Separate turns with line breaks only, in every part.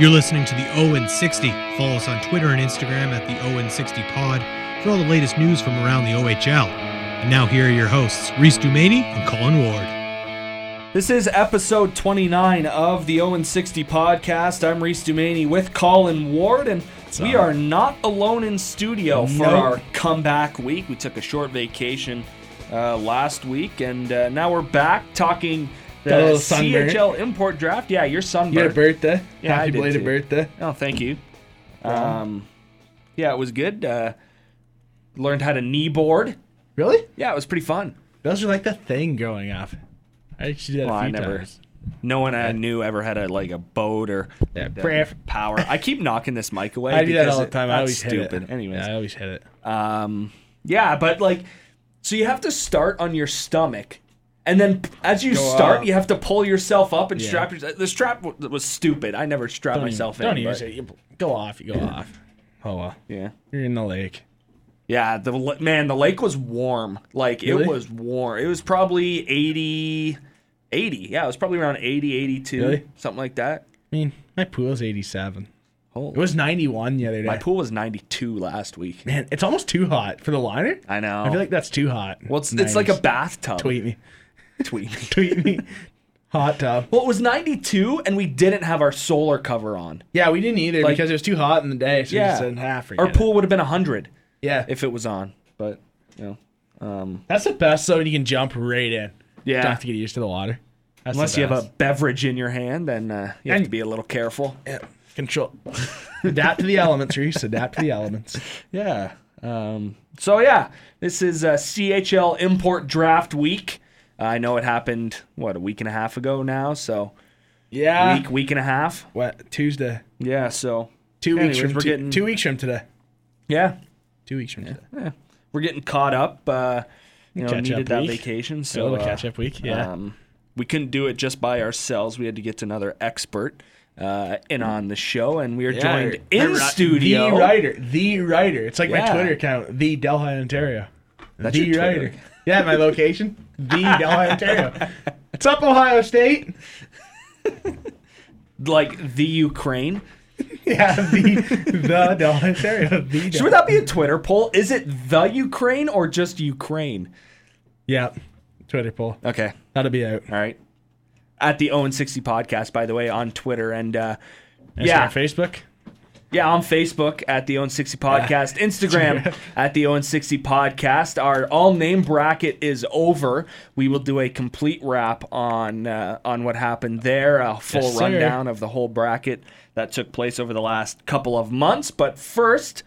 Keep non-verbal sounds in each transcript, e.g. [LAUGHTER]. You're listening to the Owen 60. Follow us on Twitter and Instagram at the Owen 60 Pod for all the latest news from around the OHL. And now here are your hosts, Reese Dumaney and Colin Ward.
This is episode 29 of the Owen 60 podcast. I'm Reese Dumaney with Colin Ward, and we are not alone in studio for
Nope.
our comeback week. We took a short vacation uh, last week, and uh, now we're back talking the
Got a little sunburnt.
CHL import draft. Yeah, your sunburn.
Your birthday.
Yeah, I
Happy
did
belated
too.
birthday.
Oh, thank you. Um, yeah, it was good. Uh, learned how to knee board.
Really?
Yeah, it was pretty fun.
Those are like the thing growing up. I actually did that
Well,
a
I
few
never.
times.
No one I knew ever had a like a boat or
Mm-hmm. Yeah,
the
brave.
power. I keep knocking this mic away.
[LAUGHS] I do that
because
all the
it-
time. I
that's
always hit
stupid.
it.
Anyways,
Yeah, I always hit it.
um, yeah, but like, so you have to start on your stomach, and then p- as you
Go
start,
up.
you have to pull yourself up and
Yeah.
strap yourself. The strap w- was stupid. I never strapped
Don't
myself
even,
in.
Don't
but-
even say you go
[LAUGHS]
off. You go off. Oh well.
Yeah.
You're in the lake.
Yeah, the l- man, the lake was warm. Like
Really?
it was warm. It was probably 80 80. Yeah, it was probably around 80 82,
Really?
something like that.
I mean, my pool's 87.
Holy.
It was 91 the other day.
My pool was 92 last week.
Man, it's almost too hot for the liner.
I know.
I feel like that's too hot.
well, it's, it's like a bathtub.
tweet me,
Tweet.
tweet me, hot tub.
[LAUGHS] Well, it was 92 and we didn't have our solar cover on.
Yeah, we didn't either
Like-
because it was too hot in the day. So we
Yeah.
just didn't have
Our pool would have been 100
Yeah,
if it was on, but you know. Um,
that's the best though. When you can jump right in.
Yeah.
don't have to get used to the water. That's the
unless you have
best.
a beverage in your hand, then uh, you have
And-
to be a little careful.
Yeah. Control. [LAUGHS] adapt to the elements, Reese. Adapt to the elements.
Yeah. Um, so yeah, this is uh, CHL import draft week. Uh, I know it happened what a week and a half ago now, so
Yeah.
week week and a half.
What Tuesday?
Yeah. So
Two
Anyways,
weeks from
we're
two,
getting-
two weeks from today.
yeah,
Two weeks from today.
we're getting caught up. Uh, you know,
Catch
needed
up
that
week.
vacation,
a
so
little
uh,
catch up week. Yeah.
Um, we couldn't do it just by ourselves. We had to get another expert uh, in on the show, and we are joined in studio.
The writer. The writer. It's like
Yeah.
my Twitter account. The Delhi, Ontario.
That's
the
your Twitter.
writer. [LAUGHS] Yeah, my location.
[LAUGHS]
the Delhi, Ontario. It's up Ohio State. [LAUGHS]
Like the Ukraine.
Yeah, the the Delhi, Ontario. The Delhi.
Should that be a Twitter poll? Is it the Ukraine or just Ukraine?
Yeah. Twitter poll.
Okay.
That'll be out.
All right. At the Owen 60 podcast, by the way, on Twitter and uh,
It's
yeah,
on Facebook.
yeah, on Facebook at the Owen 60
[LAUGHS]
podcast, Instagram at the Owen 60 podcast. Our all name bracket is over. We will do a complete wrap on uh, on what happened there, a full
Yes, sir.
rundown of the whole bracket that took place over the last couple of months. But first,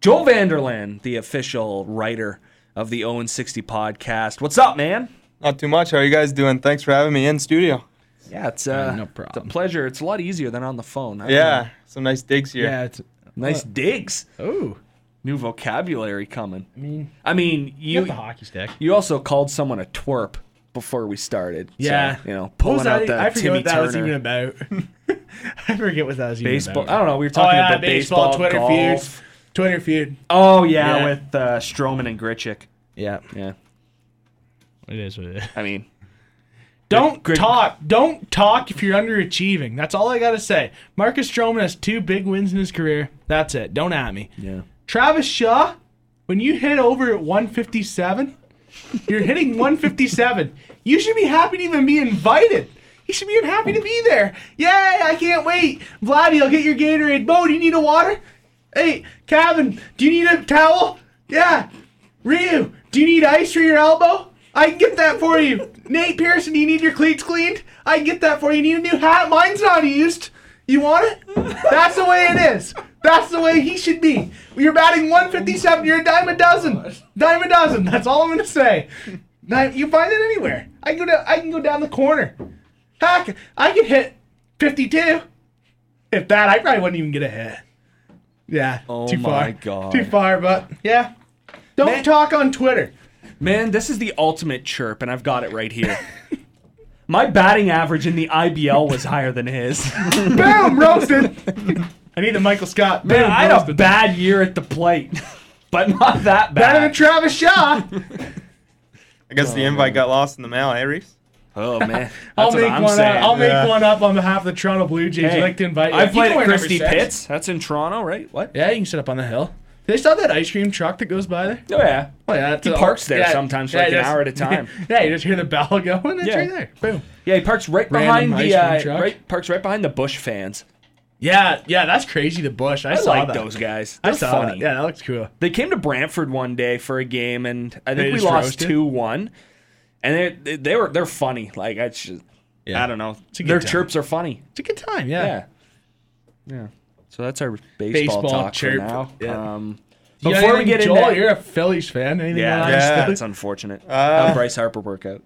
Joe Vanderland, the official writer of the Owen 60 podcast. What's up, man?
Not too much. How are you guys doing? Thanks for having me in studio.
Yeah, it's uh,
no
it's a
problem.
pleasure. It's a lot easier than on the phone. I
Yeah, some nice digs here.
Yeah. It's,
don't know. nice digs.
oh.
New vocabulary coming. I mean,
You
you
the hockey stick.
you also called someone a twerp before we started. So,
Yeah.
you know,
What
pulling
was
out
that?
that
I forget
Timmy
what that
Turner
was even about. [LAUGHS] I forget what that was even
baseball. I
about.
don't know. We were talking about baseball,
Oh, Twitter
golf.
feud. Twitter feud.
Oh yeah,
Yeah.
with uh, Stroman and Gritchick.
Yeah.
Yeah,
It is what it is.
I mean,
Don't
Grit-
talk. Don't talk if you're underachieving. That's all I gotta say. Marcus Stroman has two big wins in his career. That's it. Don't at me.
yeah,
Travis Shaw, when you hit over at 157, you're hitting 157. You should be happy to even be invited. You should be happy to be there. Yay, I can't wait. Vladdy, I'll get your Gatorade. Bo, do you need a water? Hey, Kevin, do you need a towel? Yeah. Ryu, do you need ice for your elbow? I can get that for you. Nate Pearson, do you need your cleats cleaned? I can get that for you. Need a new hat? Mine's not used. You want it? That's the way it is. That's the way he should be. You're batting 157. You're a dime a dozen. Dime a dozen. That's all I'm gonna say. Now, you find it anywhere. I can go down, I can go down the corner. Heck, I could hit 52. If that, I probably wouldn't even get a hit. Yeah.
Oh
too far.
my God.
Too far, but yeah. Don't
Man-
talk
[LAUGHS]
on Twitter.
man, this is the ultimate chirp, and I've got it right here. [LAUGHS] My batting average in the IBL was higher than
[LAUGHS]
his.
Boom, roasted. I need the Michael Scott. Boom,
Man, [LAUGHS] I had a
roasted.
bad year at the plate, [LAUGHS] but not that
Better than
bad.
Travis Shaw.
I guess the invite got lost in the mail, eh, Reese?
Oh man,
[LAUGHS] I'll
That's what
make
I'm
one.
saying.
Up. I'll
Yeah.
make one up on behalf of the Toronto Blue Jays.
Hey,
I'd like to invite. you.
I
You
played
can
at
wear number
Christie
six.
Pitts. That's in Toronto, right? What?
Yeah, you can sit up on the hill. They still have that ice cream truck that goes by there.
Oh yeah.
Oh yeah, that's
He
all-
parks there sometimes for like an
you just-
hour at a time.
[LAUGHS] yeah, you just hear the bell [LAUGHS] go, and it's
Yeah.
right there. Boom.
Yeah, he parks right
Random
behind the
ice cream
uh,
truck.
right parks right behind the Bush fans.
Yeah, yeah, that's crazy. The bush. I,
I
saw
like
that.
those guys.
I
They're
saw
funny.
that. Yeah, that looks cool.
They came to Brantford one day for a game, and I
They
think we
just
lost
roasted?
two one. And they- they they were they're funny. Like I just
Yeah.
I don't know.
a good
Their
time.
chirps are funny.
It's a good time. Yeah.
Yeah. Yeah. So that's our baseball,
Baseball
talk for
chirp.
now.
Yeah.
Um,
You got
before we
anything,
get
Joel,
into
you're a Phillies fan. Anything?
yeah,
on
Yeah.
Phillies?
that's unfortunate.
Uh,
How Bryce Harper work out?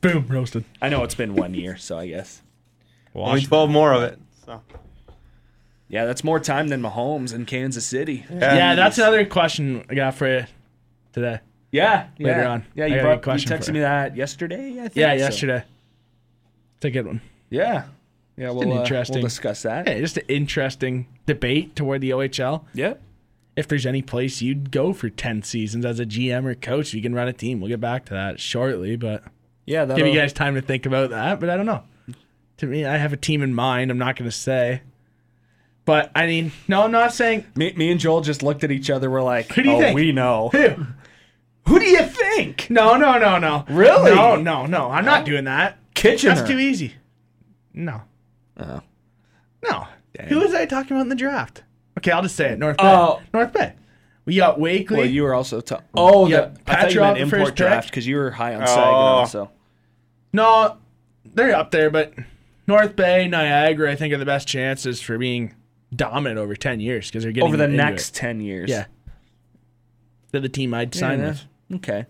Boom, roasted.
I know it's been one year, so I guess.
Only 12 more of it. So.
Yeah, that's more time than Mahomes in Kansas City.
Yeah.
Yeah, that's another question I got for you today.
Yeah,
Later
yeah.
on.
Yeah,
I
you,
got a
brought,
question
you
for
texted me
you.
that yesterday, I think.
Yeah,
so-
yesterday. It's a good one.
Yeah. Yeah, we'll,
an
uh,
interesting-
we'll discuss that.
Yeah, just an interesting debate toward the OHL.
Yep.
If there's any place you'd go for 10 seasons as a GM or coach, you can run a team. We'll get back to that shortly, but
Yeah, that'll,
give you guys time to think about that. But I don't know. To me, I have a team in mind. I'm not going to say. But I mean, no, I'm not saying
me, me and Joel just looked at each other. We're like,
do you
oh,
think?"
we know.
who.
Who do you think?
No, no, no, no.
Really?
No, no, no. I'm not doing that.
Kitchener.
That's too easy. No.
Oh.
No. Who was I talking about in the draft? Okay, I'll just say it. North Bay.
Oh.
North Bay. We got Wakely.
Well, you were also t- oh,
Yeah,
the, I thought you
Patrol
meant
the
import
first
draft
pick.
because you were high on
Oh.
Saginaw. So
no, they're up there, but North Bay, Niagara, I think are the best chances for being dominant over 10 years because they're getting
over the
into it.
next ten years,
Yeah. They're the team I'd sign
Yeah,
with.
Okay,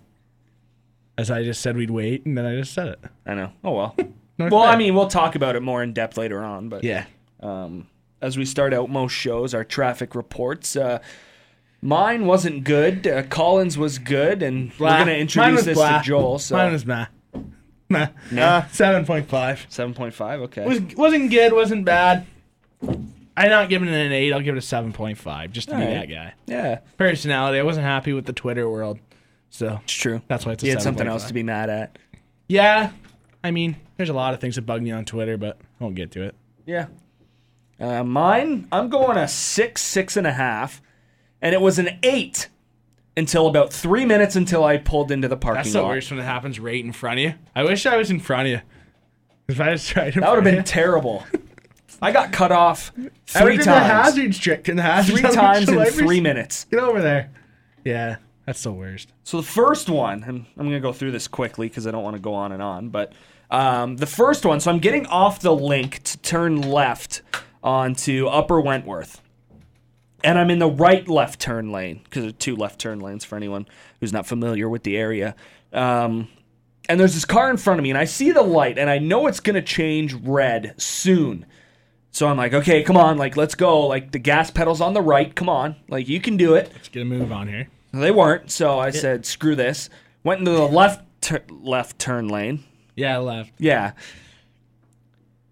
As I just said, we'd wait, and then I just said it.
I know. Oh [LAUGHS] well.
North
well,
Bay.
I mean, we'll talk about it more in depth later on. But
yeah.
um, as we start out most shows, our traffic reports. Uh, mine wasn't good. Uh, Collins was good, and
Blah.
we're gonna
Mine
introduce
was
this
blah.
to Joel. So
Mine was meh. Meh.
Uh,
Seven point five.
seven point five. Okay.
Was wasn't good, wasn't bad. I'm not giving it an eight. I'll give it a seven point five, just to be
Alright.
that guy.
yeah,
Personality. I wasn't happy with the Twitter world, so
it's true.
that's why it's a
He had
7.5.
something else to be mad at.
Yeah, I mean, there's a lot of things that bug me on Twitter, but I won't get to it.
Yeah. Uh, mine, I'm going a six, six and a half, and it was an eight until about three minutes until I pulled into the parking
That's the
lot.
worst when it happens right in front of you. I wish I was in front of you. If I was right, in
That would have
front of
been
[LAUGHS]
terrible. I got cut off
you. [LAUGHS] I
three
would've done the
times,
hazards trick and the hazards
three
on the
times in
celebrities.
three minutes.
Get over there. Yeah, that's the worst.
So the first one, and I'm going to go through this quickly because I don't want to go on and on, but um, the first one, so I'm getting off the link to turn left onto Upper Wentworth. And I'm in the right left turn lane because there are two left turn lanes for anyone who's not familiar with the area. Um, and there's this car in front of me, and I see the light, and I know it's going to change red soon. So I'm like, okay, come on, like, let's go. Like, the gas pedal's on the right. Come on. Like, you can do it.
Let's get a move on here.
They weren't, so I said, "Screw this." Went into the left tur- left turn lane.
Yeah, left.
Yeah.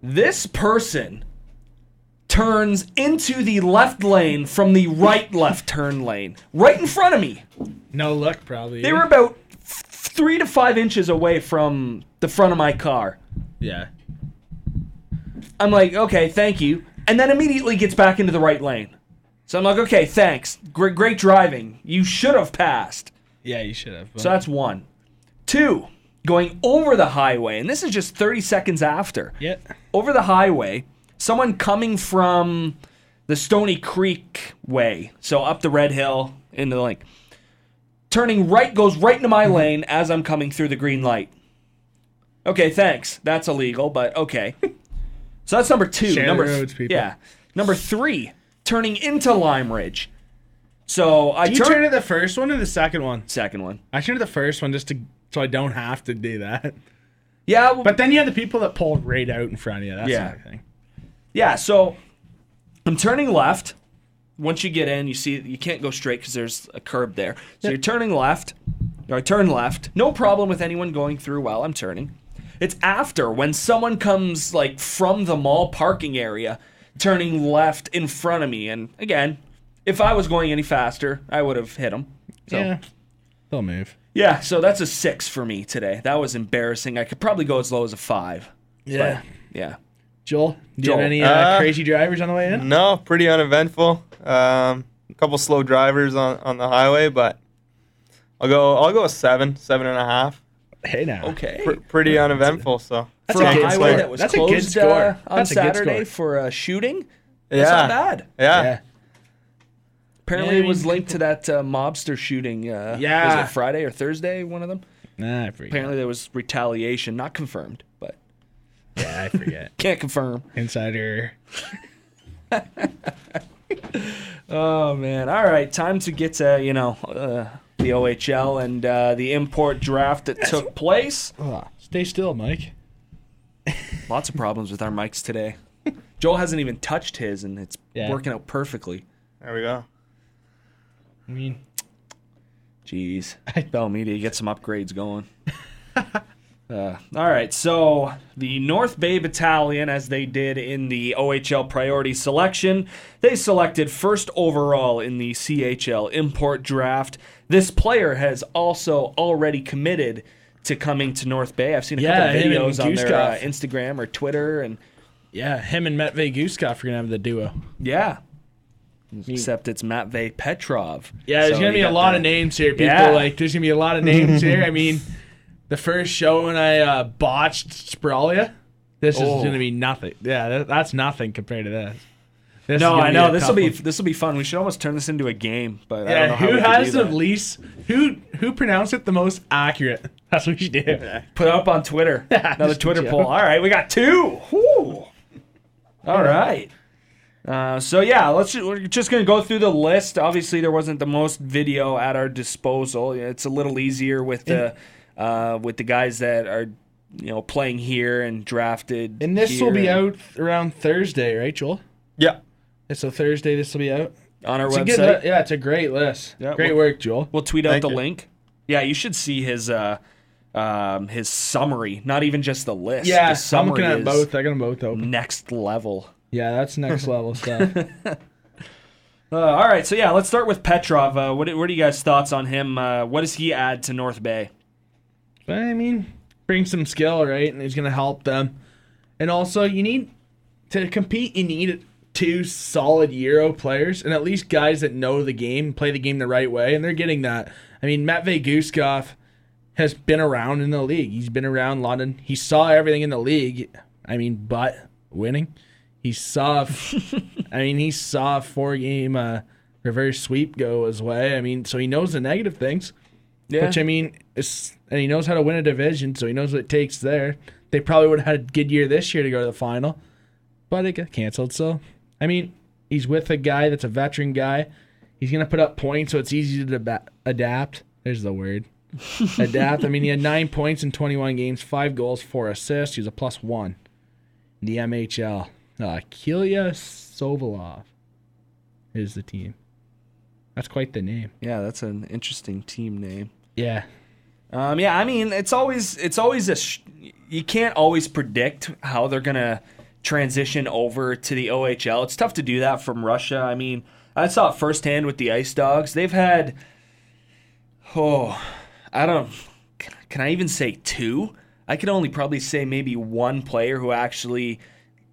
This person turns into the left lane from the right left turn lane, right in front of me.
No luck, probably.
They were about f- three to five inches away from the front of my car.
Yeah.
I'm like, okay, thank you. And then immediately gets back into the right lane. So I'm like, okay, thanks. Gr- great driving. You should have passed.
Yeah, you should have.
So that's one. Two, going over the highway, and this is just 30 seconds after.
yeah.
Over the highway, someone coming from the Stony Creek way, so up the Red Hill into the lake, turning right, goes right into
Mm-hmm.
my lane as I'm coming through the green light. Okay, thanks. That's illegal, but
[LAUGHS]
okay. So that's number two.
Share the
number
roads, people.
Yeah. Number three, turning into Lime Ridge. So I
You
turn,
turn to the first one or the second one?
second one.
I turned to the first one just to so I don't have to do that.
Yeah, well,
But then you have the people that pull right out in front of you. That's
Yeah.
another thing.
Yeah, so I'm turning left. Once you get in, you see you can't go straight because there's a curb there. So you're turning left. Or I turn left. No problem with anyone going through while I'm turning. It's after when someone comes like from the mall parking area, turning left in front of me. And again, if I was going any faster, I would have hit him. So
yeah. They'll move.
Yeah, so that's a six for me today. That was embarrassing. I could probably go as low as a five.
Yeah.
Yeah.
Joel, do you
Joel.
have any uh,
Uh,
crazy drivers on the way in?
No, pretty uneventful. Um, a couple slow drivers on, on the highway, but I'll go. I'll go a seven, seven and a half.
Hey now.
Okay.
Pr- pretty uneventful. So
That's
for
a
a
good
highway
score.
that was
That's a good
closed
score.
uh, on
That's a good
Saturday
score.
for a shooting.
yeah,
That's not bad.
yeah,
Yeah.
Apparently,
Yeah, I
it was
mean,
linked to that uh, mobster shooting. Uh,
Yeah.
was it Friday or Thursday? One of them.
Nah, I forget.
Apparently, there was retaliation. Not confirmed, but
Yeah, I [LAUGHS] forget.
can't confirm.
Insider.
Oh man! All right, time to get to you know uh, the OHL and uh, the import draft that took place.
Stay still, Mike.
Lots of problems with our mics
[LAUGHS]
today. Joel hasn't even touched his, and it's
Yeah.
working out perfectly.
There we go.
I mean, [LAUGHS]
Jeez. Bell Media, get some upgrades going. [LAUGHS] Uh, all right, so the North Bay Battalion, as they did in the OHL priority selection, they selected first overall in the CHL import draft. This player has also already committed to coming to North Bay. I've seen a
Yeah,
couple
him and
videos on their uh,
Guskov.
Instagram or Twitter, and
yeah, him and Matvey Guskov are gonna have the duo.
yeah. Except it's Matvey Petrov.
Yeah, there's
So
gonna
you
be a
got
lot
the-
of names here, people.
Yeah.
Like, there's gonna be a lot of [LAUGHS] names here. I mean, the first show when I uh, botched Spralia, this
Oh.
is gonna be nothing. Yeah, that, that's nothing compared to this. This is
No,
gonna
I
be
know
a
this
tough
will be
one.
this will be fun. We should almost turn this into a game, but I don't know
Yeah,
how
who
we could
has
do
the
that.
least? Who who pronounced it the most accurate? [LAUGHS] That's what you do.
Put it up on [LAUGHS] Twitter. Another
Just
Twitter
a
poll.
joke.
All right, we got two. Whew. All right. Uh, so yeah, let's. ju- We're just gonna go through the list. Obviously, there wasn't the most video at our disposal. It's a little easier with the uh, with the guys that are you know playing here and drafted.
And this will be
here
out around Thursday, right, Joel?
Yeah,
And so Thursday, this will be out.
on our
It's a
website.
good, li- yeah, it's a great list.
Yeah,
great
well-
work, Joel.
We'll tweet out
Thank
the
you.
link. Yeah, you should see his uh, um, his summary, not even just the list.
Yeah,
the
I'm
summary
looking at
is
both. I got them both open.
Next level.
Yeah,
[LAUGHS]
that's next level stuff.
Uh, all right, so yeah, let's start with Petrov. Uh, what, what are you guys' thoughts on him? Uh, what does he add to North Bay?
But I mean, bring some skill, right? And he's gonna help them. And also, you need to compete. You need two solid Euro players, and at least guys that know the game, play the game the right way, and they're getting that. I mean, Matvey Guskov has been around in the league. He's been around London. He saw everything in the league. I mean, but winning. He saw. I mean, he saw a four-game uh, reverse sweep go his way. I mean, so he knows the negative things.
Yeah,
Which I mean, it's, and he knows how to win a division, so he knows what it takes there. They probably would have had a good year this year to go to the final, but it got canceled. So, I mean, he's with a guy that's a veteran guy. He's gonna put up points, so it's easy to deba- adapt. There's
[LAUGHS]
the word, adapt. I mean, he had nine points in 21 games, five goals, four assists. He was a plus one. in The MHL, uh, Kilya Sovolov is the team. That's quite the name.
yeah, that's an interesting team name.
Yeah,
Um, yeah, I mean, it's always it's always a sh- you can't always predict how they're gonna transition over to the OHL. It's tough to do that from Russia. I mean, I saw it firsthand with the Ice Dogs. They've had oh, I don't can, can I even say two? I could only probably say maybe one player who actually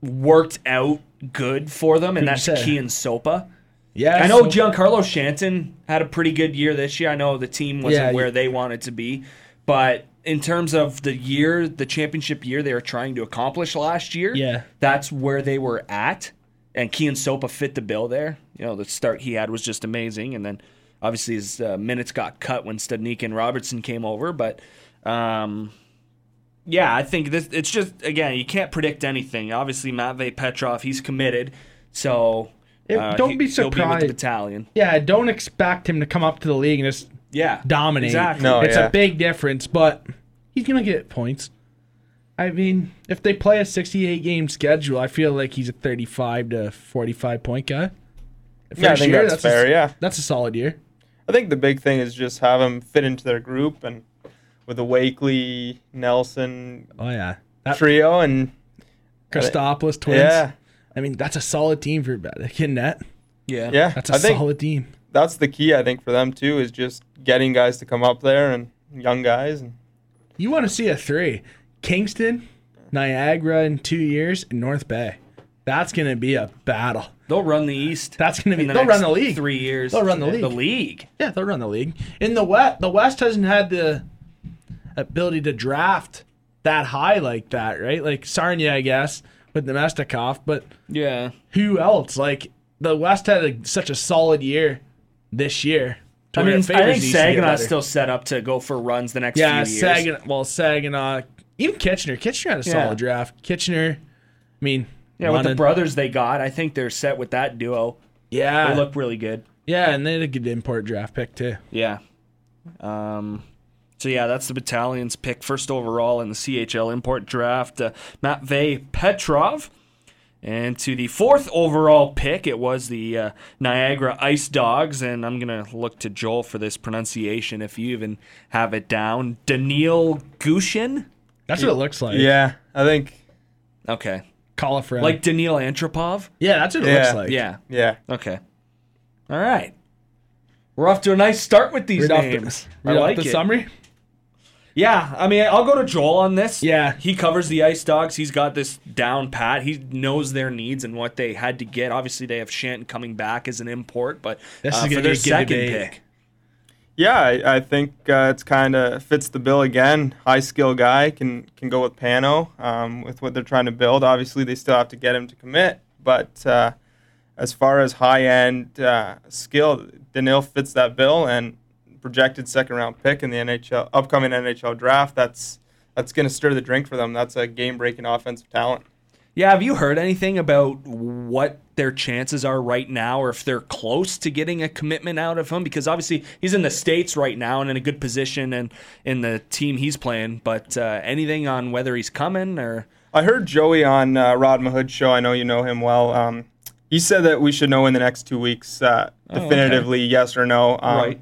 worked out good for them, and
Who'd
that's
you say?
Kean Sopa.
yeah.
I know
so-
Giancarlo Shanton had a pretty good year this year. I know the team wasn't
Yeah,
where
you-
they wanted to be, but in terms of the year, the championship year they were trying to accomplish last year,
Yeah.
that's where they were at. And Kean Sopa fit the bill there. You know, the start he had was just amazing, and then obviously his uh, minutes got cut when Studnik and Robertson came over. But um, yeah, I think this. It's just again, you can't predict anything. Obviously, Matvey Petrov, he's committed, so uh,
It- don't be
he'll with the
surprised.
battalion.
Yeah, don't expect him to come up to the league and just
Yeah,
dominate.
Exactly.
No. Oh,
it's
yeah.
a big difference, but he's gonna get points. I mean, if they play a 68 game schedule, I feel like he's a 35 to 45 point guy. For
yeah. I
this
think
year,
that's,
a-
fair. yeah,
that's a solid year.
I think the big thing is just have them fit into their group and with the Wakely, Nelson
Oh yeah, that
trio, and
Christopoulos twins.
yeah,
I mean that's a solid team for getting that.
Yeah.
yeah.
That's
I
a
think
solid team.
that's the key I think for them too is just getting guys to come up there and young guys. And
You want to see a three? Kingston, Niagara in two years, and North Bay. That's gonna be a battle.
They'll run the East.
That's gonna be.
in the
they'll
next
run the league.
Three years.
They'll run the league.
The league.
Yeah, they'll run the league. In the West, the West hasn't had the ability to draft that high like that, right? Like Sarnia, I guess, with Nemestikov, but
Yeah.
who else? Like the West had a, such a solid year this year. to
I
where
mean, I
it favors
think
these to get
Saginaw's
better.
still set up to go for runs the next
yeah,
few years.
Saginaw. Well, Saginaw, even Kitchener. Kitchener had a
Yeah.
solid draft. Kitchener, I mean,
Yeah, with the
London-
brothers they got, I think they're set with that duo. They
yeah,
look really good.
yeah, and they had a good import draft pick too.
Yeah. Um, so yeah, that's the battalion's pick first overall in the CHL import draft. Uh, Matvey Petrov. And to the fourth overall pick, it was the uh, Niagara Ice Dogs, and I'm gonna look to Joel for this pronunciation if you even have it down. Daniil Gushin.
That's what it looks like.
yeah, I think
Okay,
call a friend.
like Daniil Antropov.
yeah, that's what it
Yeah.
looks like.
Yeah.
yeah.
Okay. All right. We're off to a nice start with these
Read off the,
names.
read
I
off
like
the
it.
summary.
Yeah, I mean, I'll go to Joel on this.
Yeah.
he covers the Ice Dogs. He's got this down pat. He knows their needs and what they had to get. Obviously, they have Shanton coming back as an import, but
This
uh,
is
for
gonna be
their
a good
second
debate.
pick.
Yeah, I, I think uh, it's kind of fits the bill again. High skill guy can can go with Pano um, with what they're trying to build. Obviously, they still have to get him to commit, but uh, as far as high end uh, skill, Danil fits that bill and projected second round pick in the NHL upcoming NHL draft. That's that's going to stir the drink for them. That's a game breaking offensive talent.
Yeah, have you heard anything about what their chances are right now, or if they're close to getting a commitment out of him? Because obviously he's in the states right now and in a good position and in the team he's playing. But uh, anything on whether he's coming or
I heard Joey on uh, Rod Mahood's show. I know you know him well. Um, he said that we should know in the next two weeks, uh, definitively, yes or no. Um,
Oh, Right.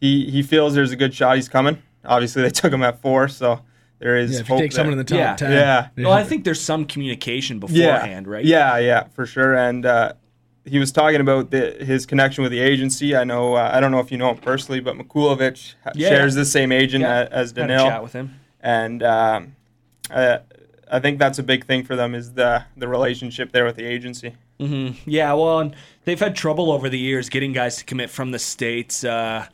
He he feels there's a good shot he's coming. Obviously, they [LAUGHS] took him at four, so there is
Yeah, if you
hope.
take someone in
there.
the top
Yeah.
ten.
Yeah.
Well, I think there's some communication beforehand, right?
Yeah, yeah, for sure. And uh, he was talking about the, his connection with the agency. I know. Uh, I don't know if you know him personally, but Mikulovic ha-
Yeah.
shares the same agent
Yeah.
a- as
Had a
Danil.
chat with him.
and um, I, I think that's a big thing for them is the the relationship there with the agency.
Yeah, well, and they've had trouble over the years getting guys to commit from the states. Uh,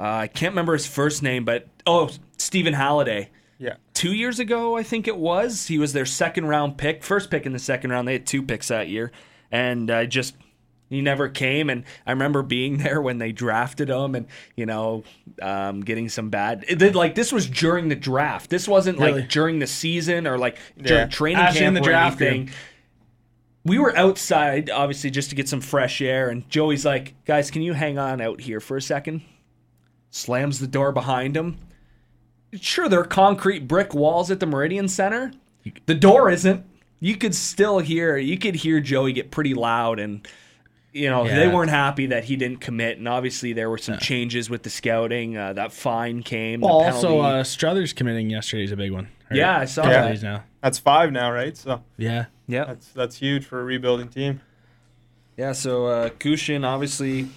uh, I can't remember his first name, but oh, Stephen Halliday.
Yeah,
Two years ago, I think it was. He was their second round pick, first pick in the second round. They had two picks that year, and I just he never came. And I remember being [LAUGHS] there when they drafted him, and you know, um, getting some bad. It, did- like this was during the draft. This wasn't
Really?
like during the season or like during
Yeah.
training
Actually in
camp
the
or
draft room.
anything we were outside, obviously, just to get some fresh air. And Joey's like, guys, can you hang on out here for a second? Slams the door behind him. Sure, there are concrete brick walls at the Meridian Center. The door isn't. You could still hear, you could hear Joey get pretty loud. And, you know, they
Yeah.
weren't happy that he didn't commit. And obviously, there were some changes with the scouting. Uh, that fine came.
Well,
the
also,
penalty.
uh, Struthers committing yesterday is a big one. right?
yeah, I saw
Yeah.
Couple
that.
days now.
that's five now, right? So
Yeah.
Yeah.
that's that's huge for a rebuilding team.
Yeah, so uh, Kushin, obviously, you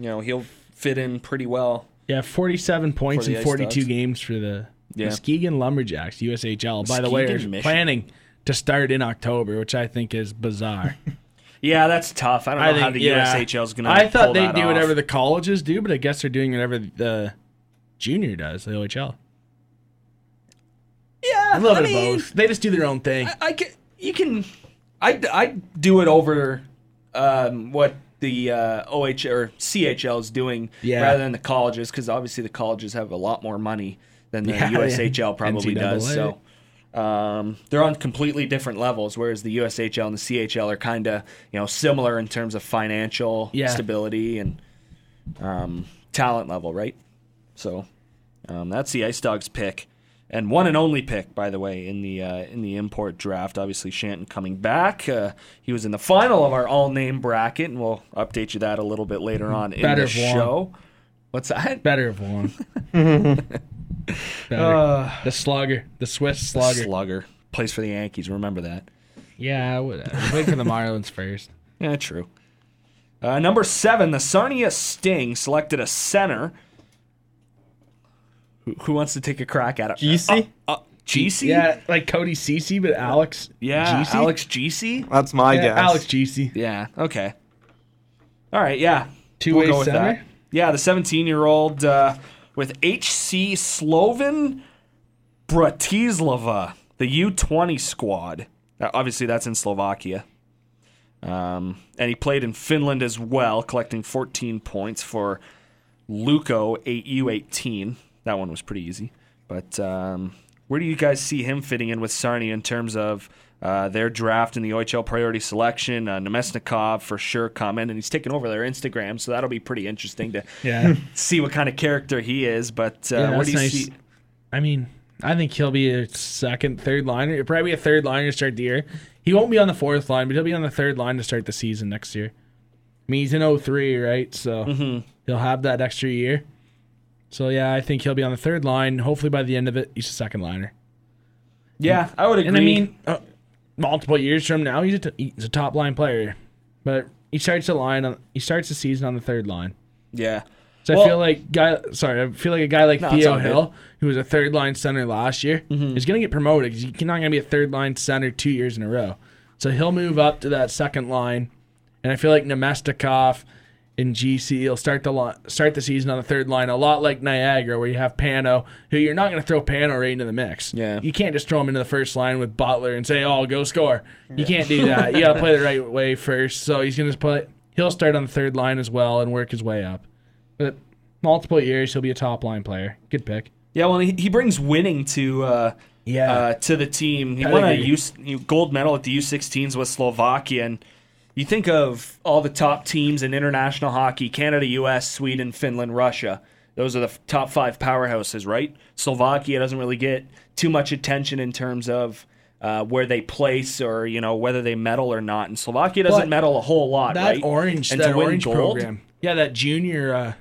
know, he'll fit in pretty well.
Yeah, 47 points
For the
in
Ice
42
Dogs.
games for the
Yeah.
Muskegon Lumberjacks, USHL. By the way, are
Muskegon, Michigan.
planning to start in October, which I think is bizarre.
Yeah, that's tough. [LAUGHS] I don't know
I think
how the
yeah.
USHL is going to.
I thought they'd do whatever the colleges do, but I guess they're doing whatever the junior does, the OHL.
yeah,
I love
I
it
mean,
both. They just do their own thing.
I can. You can. I I do it over um, what the uh, OH or CHL is doing
Yeah.
rather than the colleges because obviously the colleges have a lot more money than the
[LAUGHS] Yeah, yeah.
USHL probably does.
NCAA.
So. Um, they're on completely different levels, whereas the USHL and the CHL are kind of you know similar in terms of financial
Yeah.
stability and um, talent level, right? So um, that's the Ice Dogs pick, and one and only pick, by the way, in the uh, in the import draft. Obviously, Shanton coming back. Uh, he was in the final of our all name bracket, and we'll update you that a little bit later on in
Better
the
if Wong.
show. What's that?
Better of [LAUGHS] one. Better. the slugger, the Swiss slugger.
Slugger plays for the Yankees. Remember that.
yeah, uh, whatever. Wait for the Marlins first.
Yeah, true. Uh, number seven, the Sarnia Sting selected a center. Who, who wants to take a crack at it?
GC?
Uh, uh, GC?
Yeah, like Cody Cece, but Alex.
Yeah,
Gece?
Alex GC?
That's my
Yeah,
guess.
Alex Gc.
Yeah. Okay. All right. Yeah.
Two
We'll
way
go with
center.
that. Yeah, the 17 year old uh, with HC Sloven Bratislava, the U20 squad. Uh, obviously, that's in Slovakia. Um, and he played in Finland as well, collecting 14 points for Luko AU18. That one was pretty easy. But um, where do you guys see him fitting in with Sarni in terms of uh, their draft in the OHL priority selection? Uh, Nemesnikov for sure comment, and he's taken over their Instagram, so that'll be pretty interesting to
[LAUGHS] Yeah.
see what kind of character he is. But uh,
Yeah,
what
that's
do you
nice.
see?
I mean, I think he'll be a second, third liner. He'll probably be a third liner to start the year. He won't be on the fourth line, but he'll be on the third line to start the season next year. I mean, he's in 03, right? So
Mm-hmm.
he'll have that extra year. So, yeah, I think he'll be on the third line. Hopefully, by the end of it, he's a second liner.
Yeah, I would agree.
And I mean, uh, multiple years from now, he's a, t- he's a top line player. But he starts the line on, he starts the season on the third line.
yeah.
So
Well-
I feel like guy. Sorry, I feel like a guy like
No, it's all
Theo
good. Mm-hmm.
Hill, who was a third line center last year, is going to get promoted because he's not going to be a third line center two years in a row. So he'll move up to that second line, and I feel like Nemestikov and GC will start the li- start the season on the third line, a lot like Niagara, where you have Pano, who you're not going to throw Pano right into the mix.
Yeah.
you can't just throw him into the first line with Butler and say, "Oh, go score." You can't do that. you got to play the right way first. So he's going to play. He'll start on the third line as well and work his way up. But multiple years, he'll be a top line player. Good pick.
Yeah, well, he, he brings winning to uh,
Yeah.
uh, to the team. He
I
won a
agree.
U, you know, gold medal at the U16s with Slovakia, and you think of all the top teams in international hockey: Canada, U.S., Sweden, Finland, Russia. Those are the f- top five powerhouses, right? Slovakia doesn't really get too much attention in terms of uh, where they place or you know whether they medal or not. And Slovakia doesn't
But
medal a whole lot,
That
right?
orange,
And
that
to win
orange
gold-
program. Yeah, that junior. Uh,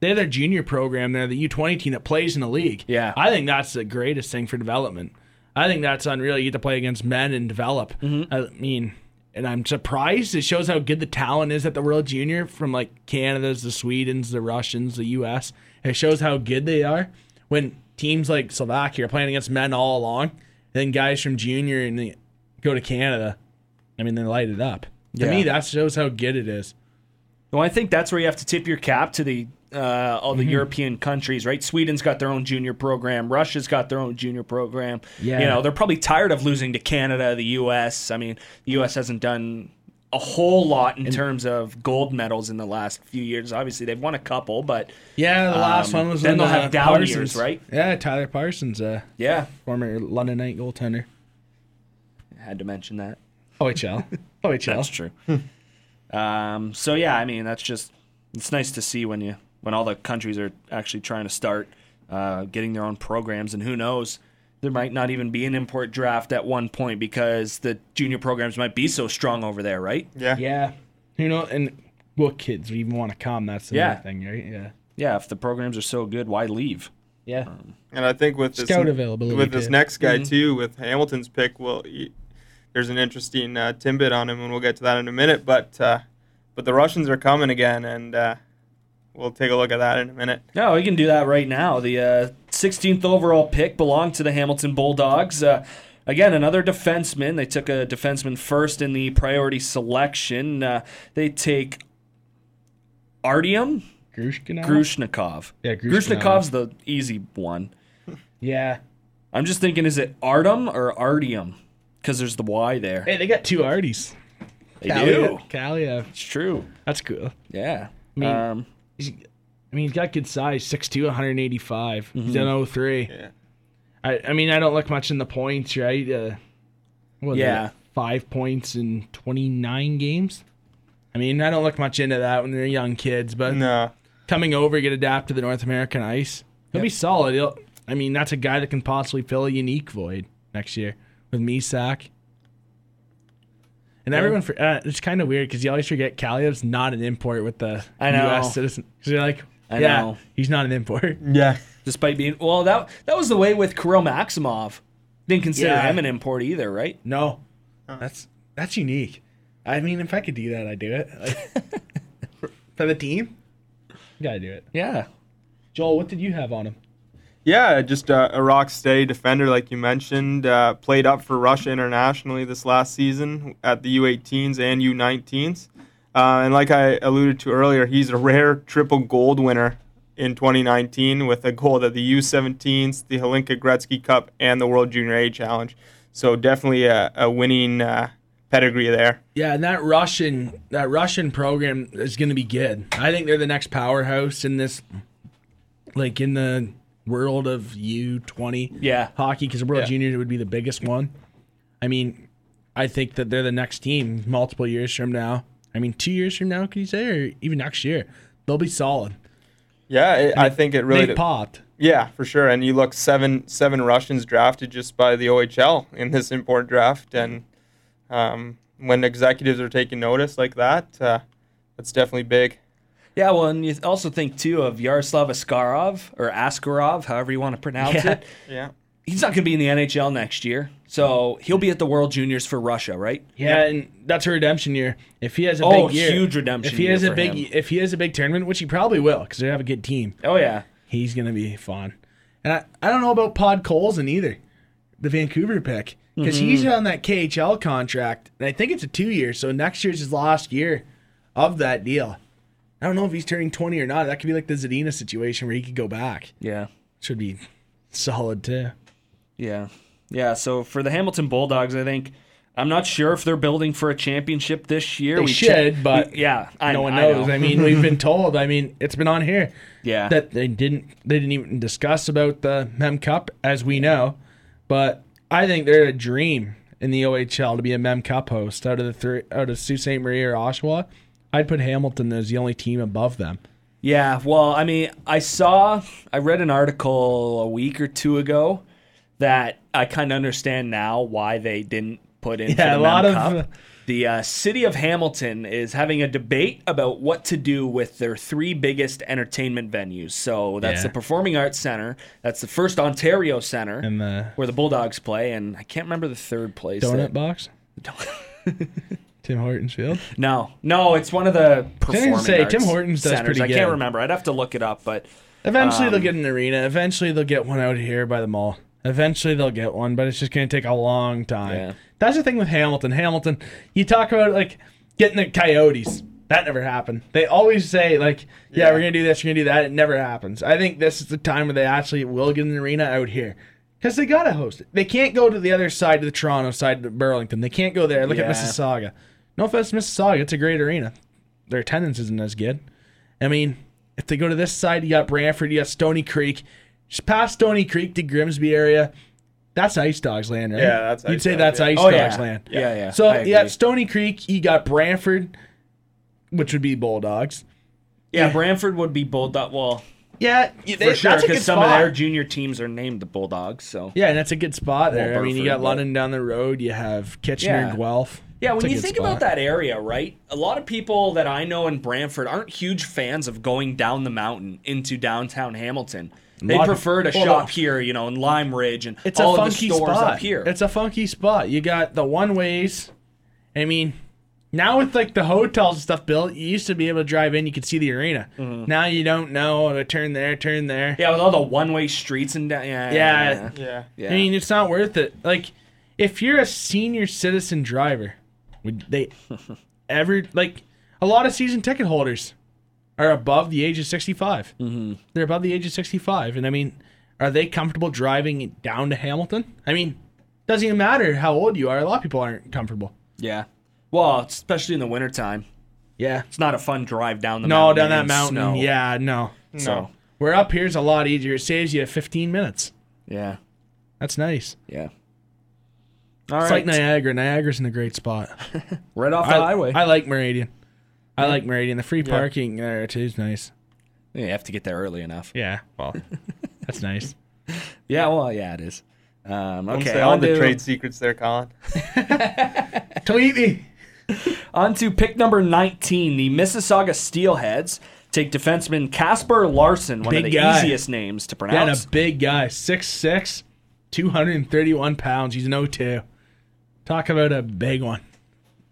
they have their junior program there, the U twenty team that plays in the league.
Yeah.
I think that's the greatest thing for development. I think that's unreal. You get to play against men and develop.
Mm-hmm.
I mean, and I'm surprised. It shows how good the talent is at the World Junior from like Canada's, the Swedens, the Russians, the U.S. It shows how good they are when teams like Slovakia are playing against men all along. Then guys from junior and they go to Canada. I mean, they light it up. To
Yeah.
me, that shows how good it is.
Well, I think that's where you have to tip your cap to the uh, all the European countries, right? Sweden's got their own junior program. Russia's got their own junior program.
Yeah.
You know, they're probably tired of losing to Canada, the U.S. I mean, the U.S. hasn't done a whole lot in terms of gold medals in the last few years. Obviously, they've won a couple, but
Yeah, the last
Um,
one was
then
when,
they'll
uh,
have down
Parsons.
years, right?
Yeah, Tyler Parsons, uh,
yeah,
former London Night goaltender.
I had to mention that. [LAUGHS]
OHL, OHL.
That's true. um, so yeah, I mean that's just it's nice to see when you when all the countries are actually trying to start uh, getting their own programs, and who knows, there might not even be an import draft at one point because the junior programs might be so strong over there, right?
Yeah.
yeah, you know, and what kids would even want to come? That's the
Yeah.
other thing, right? Yeah,
Yeah, if the programs are so good, why leave?
yeah.
And I think with this
Scout availability, Mm-hmm.
with this
too.
next guy too, with Hamilton's pick, well, y- there's an interesting uh, timbit on him, and we'll get to that in a minute. But uh, but the Russians are coming again, and uh, we'll take a look at that in a minute.
No, we can do that right now. The uh, 16th overall pick belonged to the Hamilton Bulldogs. Uh, again, another defenseman. They took a defenseman first in the priority selection. Uh, they take Artyom
Grushkin.
Grushnikov.
Yeah, Grushnov.
Grushnikov's the easy one.
Yeah.
I'm just thinking, is it Artem or Artyom? Because there's the Y there.
Hey, they got two Arties.
they do.
Kalia.
It's true.
uh, That's cool.
Yeah.
mean-
um,
He's, I mean, he's got good size, 6'2", 185.
Mm-hmm.
He's done 03.
Yeah.
I, I mean, I don't look much in the points, right? Uh, what are they,
Yeah.
Five points in 29 games. I mean, I don't look much into that when they're young kids, but
No,
coming over, get adapted to the North American ice, he'll be solid. He'll, I mean, that's a guy that can possibly fill a unique void next year with Misak. And everyone, for, uh, it's kind of weird because you always forget Kaliev's not an import with the
I know.
U.S. citizen. So you're like,
I
yeah,
know.
he's not an import.
yeah,
despite being well, that that was the way with Kirill Maximov. Didn't consider
Yeah.
him an import either, right?
No, that's that's unique. I mean, if I could do that, I'd do it. Like, for the team, gotta do it.
Yeah.
Joel, what did you have on him?
Yeah, just a, a rock steady defender, like you mentioned. Uh, played up for Russia internationally this last season at the U18s and U19s. Uh, and like I alluded to earlier, he's a rare triple gold winner in 2019 with a gold at the U17s, the Helinka Gretzky Cup, and the World Junior A Challenge. So definitely a, a winning uh, pedigree there.
Yeah, and that Russian that Russian program is going to be good. I think they're the next powerhouse in this, like in the world of U twenty
Yeah.
hockey because World
Yeah.
Juniors would be the biggest one. I mean, I think that they're the next team multiple years from now. I mean, two years from now, could you say, or even next year, they'll be solid.
Yeah, it, I think it really.
They popped.
Yeah, for sure. And you look seven seven Russians drafted just by the OHL in this import draft, and um, when executives are taking notice like that, uh, that's definitely big.
Yeah, well, and you also think too of Yaroslav Askarov or Askarov, however you want to pronounce
Yeah.
it.
Yeah,
He's not going to be in the NHL next year, so he'll be at the World Juniors for Russia, right?
Yeah, and that's a redemption year. If he has a
Oh,
big year,
huge redemption
If he
year
has a
for
big,
him.
if he has a big tournament, which he probably will, because they have a good team.
Oh yeah,
He's gonna be fun. And I, I don't know about Pod Colson either, the Vancouver pick, because he's
Mm-hmm.
on that KHL contract, and I think it's a two year. So next year's his last year of that deal. I don't know if he's turning twenty or not. That could be like the Zadina situation where he could go back.
yeah,
Should be solid too.
yeah, yeah. So for the Hamilton Bulldogs, I think I'm not sure if they're building for a championship this year.
They
che-
should, but
yeah, I,
no one
I
knows.
know.
I mean,
[LAUGHS]
we've been told. I mean, it's been on here.
yeah,
that they didn't they didn't even discuss about the Mem Cup as we know, but I think they're a dream in the OHL to be a Mem Cup host out of the three out of Sault Ste. Marie or Oshawa. I'd put Hamilton as the only team above them.
Yeah, well, I mean, I saw, I read an article a week or two ago that I kind of understand now why they didn't put in.
Yeah,
for the
a lot
Mem
of,
Cup.
uh,
the uh, city of Hamilton is having a debate about what to do with their three biggest entertainment venues. So that's
Yeah.
the Performing Arts Center, that's the First Ontario Center,
And the
where the Bulldogs play, and I can't remember the third place.
donut
that-
box, Tim Hortons Field.
[LAUGHS] no, no, it's one of the performing
say,
arts
Tim Hortons does
centers.
pretty
I can't
good.
remember. I'd have to look it up, but
Eventually
Um,
they'll get an arena. Eventually they'll get one out here by the mall. Eventually they'll get one, but it's just going to take a long time.
Yeah.
That's the thing with Hamilton. Hamilton, you talk about like getting the Coyotes. That never happened. They always say like, "Yeah, we're going to do this, we're going to do that." It never happens. I think this is the time where they actually will get an arena out here. Because they gotta host it. They can't go to the other side of the Toronto side of Burlington. They can't go there. Look
Yeah.
at Mississauga. No offense, to Mississauga. It's a great arena. Their attendance isn't as good. I mean, if they go to this side, you got Brantford, you got Stony Creek. Just past Stony Creek to Grimsby area, that's Ice Dogs land, right?
Yeah, that's
You'd
Ice
say
Dogs,
that's
yeah.
Ice
oh
Dogs
yeah.
land.
yeah, yeah, yeah.
So
I
you got
agree.
Stony Creek, you got Brantford, which would be Bulldogs.
Yeah, Brantford would be Bulldog. Well,
Yeah,
for sure,
that's a
because
good
some
spot.
of their junior teams are named the Bulldogs. So
yeah, and that's a good spot there. I mean, you
Burford,
got
but-
London down the road. You have Kitchener
Yeah.
and Guelph.
yeah,
It's a
when you
good
think
spot.
about that area, right? A lot of people that I know in Brantford aren't huge fans of going down the mountain into downtown Hamilton. They
Lot of-
prefer to
well,
shop here, you know, in Lime Ridge and
it's
all of
a
the
funky
stores
spot
up here.
It's a funky spot. You got the one ways. I mean, now with like the hotels and stuff built, you used to be able to drive in, you could see the arena.
Mm-hmm.
Now you don't know. to Turn there, turn there.
yeah, with all the one-way streets and down, yeah,
Yeah.
yeah.
yeah,
yeah.
I mean, it's not worth it. Like, if you're a senior citizen driver, would
[LAUGHS]
they ever like a lot of season ticket holders are above the age of 65? Mm-hmm. They're above the age of 65, and I mean, are they comfortable driving down to Hamilton? I mean, doesn't even matter how old you are. A lot of people aren't comfortable.
Yeah. Well, especially in the wintertime.
Yeah.
It's not a fun drive down the
No,
mountain.
down that
in
mountain.
snow.
Yeah, no.
no,
So,
Where up here's a lot easier. It saves you 15 minutes.
yeah.
That's nice.
Yeah. All right.
It's like Niagara. Niagara's in a great spot.
right off the
I,
highway.
I like Meridian. I like Meridian. The free parking there too is nice.
Yeah, you have to get there early enough.
Yeah. Well, that's
[LAUGHS]
nice.
Yeah, well, yeah, it is. Um,
Don't
okay,
say all
on
the
to,
trade secrets there, Colin.
Tweet me.
on to pick number 19. The Mississauga Steelheads take defenseman Casper Larson, one of
Big
the
guy.
easiest names to
And a
pronounce.
big guy, 6'6", 231 pounds. He's an 0-2. Talk about a big one.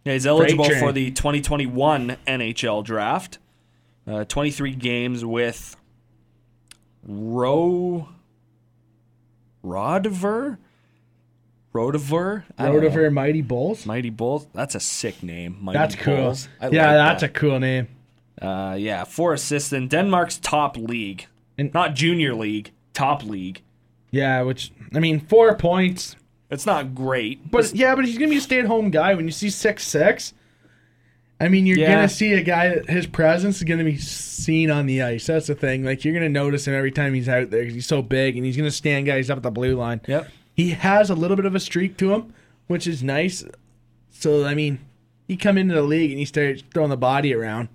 Yeah, he's eligible
Freight train.
for the 2021 NHL draft. Uh, 23 games with Roe Rodver? Rodover? I don't know.
Rotover Mighty Bulls.
Mighty Bulls? That's a sick name. Mighty
That's cool.
Bulls. I
yeah,
like
that's
that.
a cool name.
Uh, yeah, four assists in Denmark's top league,
And-
not junior league, top league.
Yeah, which I mean, four points.
It's not great,
But yeah, but he's gonna be a stay-at-home guy. When you see six six, I mean, you're
Yeah.
gonna see a guy that his presence is gonna be seen on the ice. That's the thing. Like you're gonna notice him every time he's out there because he's so big and he's gonna stand guys up at the blue line.
Yep.
He has a little bit of a streak to him, which is nice. So I mean, you come into the league and you start throwing the body around,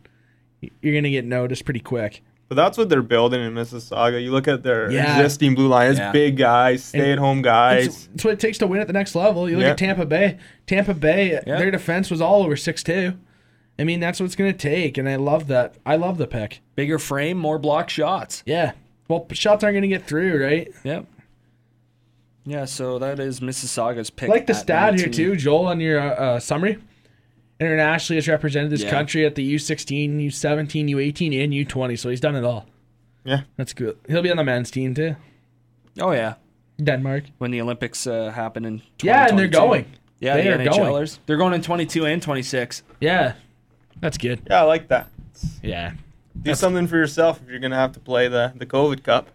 you're gonna get noticed pretty quick.
But that's what they're building in Mississauga. You look at their
Yeah.
existing blue line. It's
Yeah.
big guys, stay-at-home
That's
guys.
that's what it takes to win at the next level. You look
Yeah.
at Tampa Bay. Tampa Bay, their defense was all over six two. I mean, that's what it's going to take, and I love that. I love the pick.
bigger frame, more block shots.
Yeah. Well, shots aren't going to get through, right?
Yep. Yeah, so that is Mississauga's pick.
Like the
at
stat here
19.
too, Joel, on your uh, uh, summary. Internationally, has represented this
Yeah.
country at the U sixteen, U seventeen, U eighteen, and U twenty. So he's done it all.
Yeah.
That's good. He'll be on the men's team too.
Oh yeah,
Denmark.
when the Olympics uh, happen in.
Yeah, and they're
2022.
going.
Yeah,
They
the
are going.
NHLers. They're going in 22 and 26.
Yeah. That's good.
Yeah, I like that.
Yeah.
Do something for yourself if you're going to have to play the, the COVID Cup.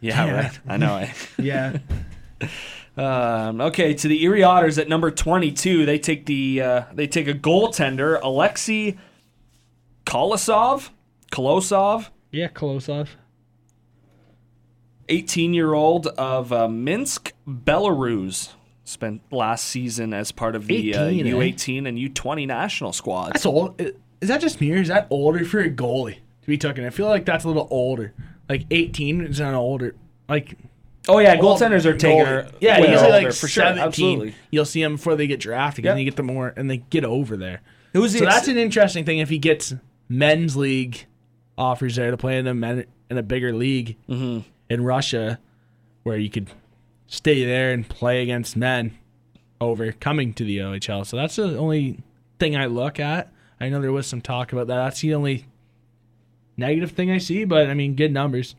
Yeah, right. [LAUGHS] I know. I,
Yeah.
Um, okay, to the Erie Otters at number twenty-two, they take the uh, they take a goaltender, Alexei Kolosov, Kolosov,
yeah. Kolosov.
eighteen-year-old of uh, Minsk, Belarus. Spent last season as part of the uh,
18, eh?
U eighteen and U twenty national squads.
That's old. i- Is that just me or is that older for a goalie to be taken? I feel like that's a little older. Like 18 is not older. Like
Oh yeah, goaltenders are taking.
goalie. yeah,
way
usually like
older,
17.
Absolutely.
You'll see them before they get drafted,
Yep.
and you get them more, and they get over there.
Who's the
So
ex-
that's an interesting thing. If he gets men's league offers there to play in a men in a bigger league
Mm-hmm.
in Russia, where you could stay there and play against men over coming to the OHL. So that's the only thing I look at. I know there was some talk about that. That's the only negative thing I see, but I mean, good numbers.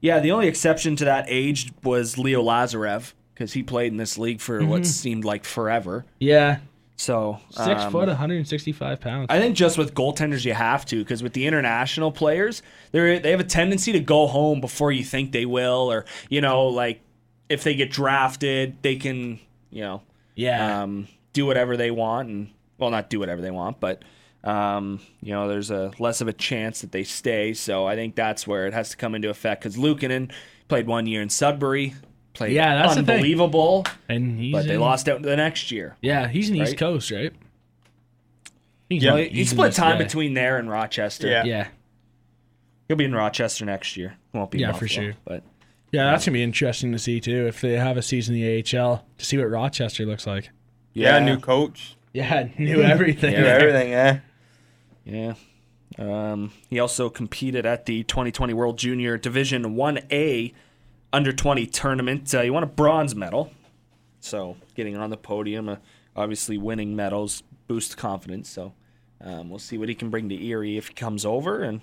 Yeah, the only exception to that age was Leo Lazarev because he played in this league for what seemed like forever.
Yeah,
So
Mm-hmm. six
um,
foot, 165 pounds.
I think just with goaltenders you have to because with the international players they they have a tendency to go home before you think they will or you know like if they get drafted they can you know
yeah,
um, do whatever they want and well not do whatever they want but um, you know there's a less of a chance that they stay so I think that's where it has to come into effect because Lukanen played one year in Sudbury played
Yeah, that's the thing.
unbelievable
and he's
but they
in-
lost out the next year
Yeah, he's an East
Right?
Coast, right? He's
Yeah.
an-
he, he
he's an
split
East
time
guy.
between there and Rochester
Yeah.
Yeah,
He'll be in Rochester next year. Won't be in
Yeah, for
Buffalo,
sure.
But
yeah, that's gonna be interesting to see too if they have a season in the AHL to see what Rochester looks like.
Yeah, new coach.
Yeah, [LAUGHS] knew everything.
Do everything, yeah.
yeah. Um, he also competed at the 2020 World Junior Division 1A Under 20 tournament. Uh, he won a bronze medal, so getting on the podium, uh, obviously winning medals boosts confidence. So um, we'll see what he can bring to Erie if he comes over, and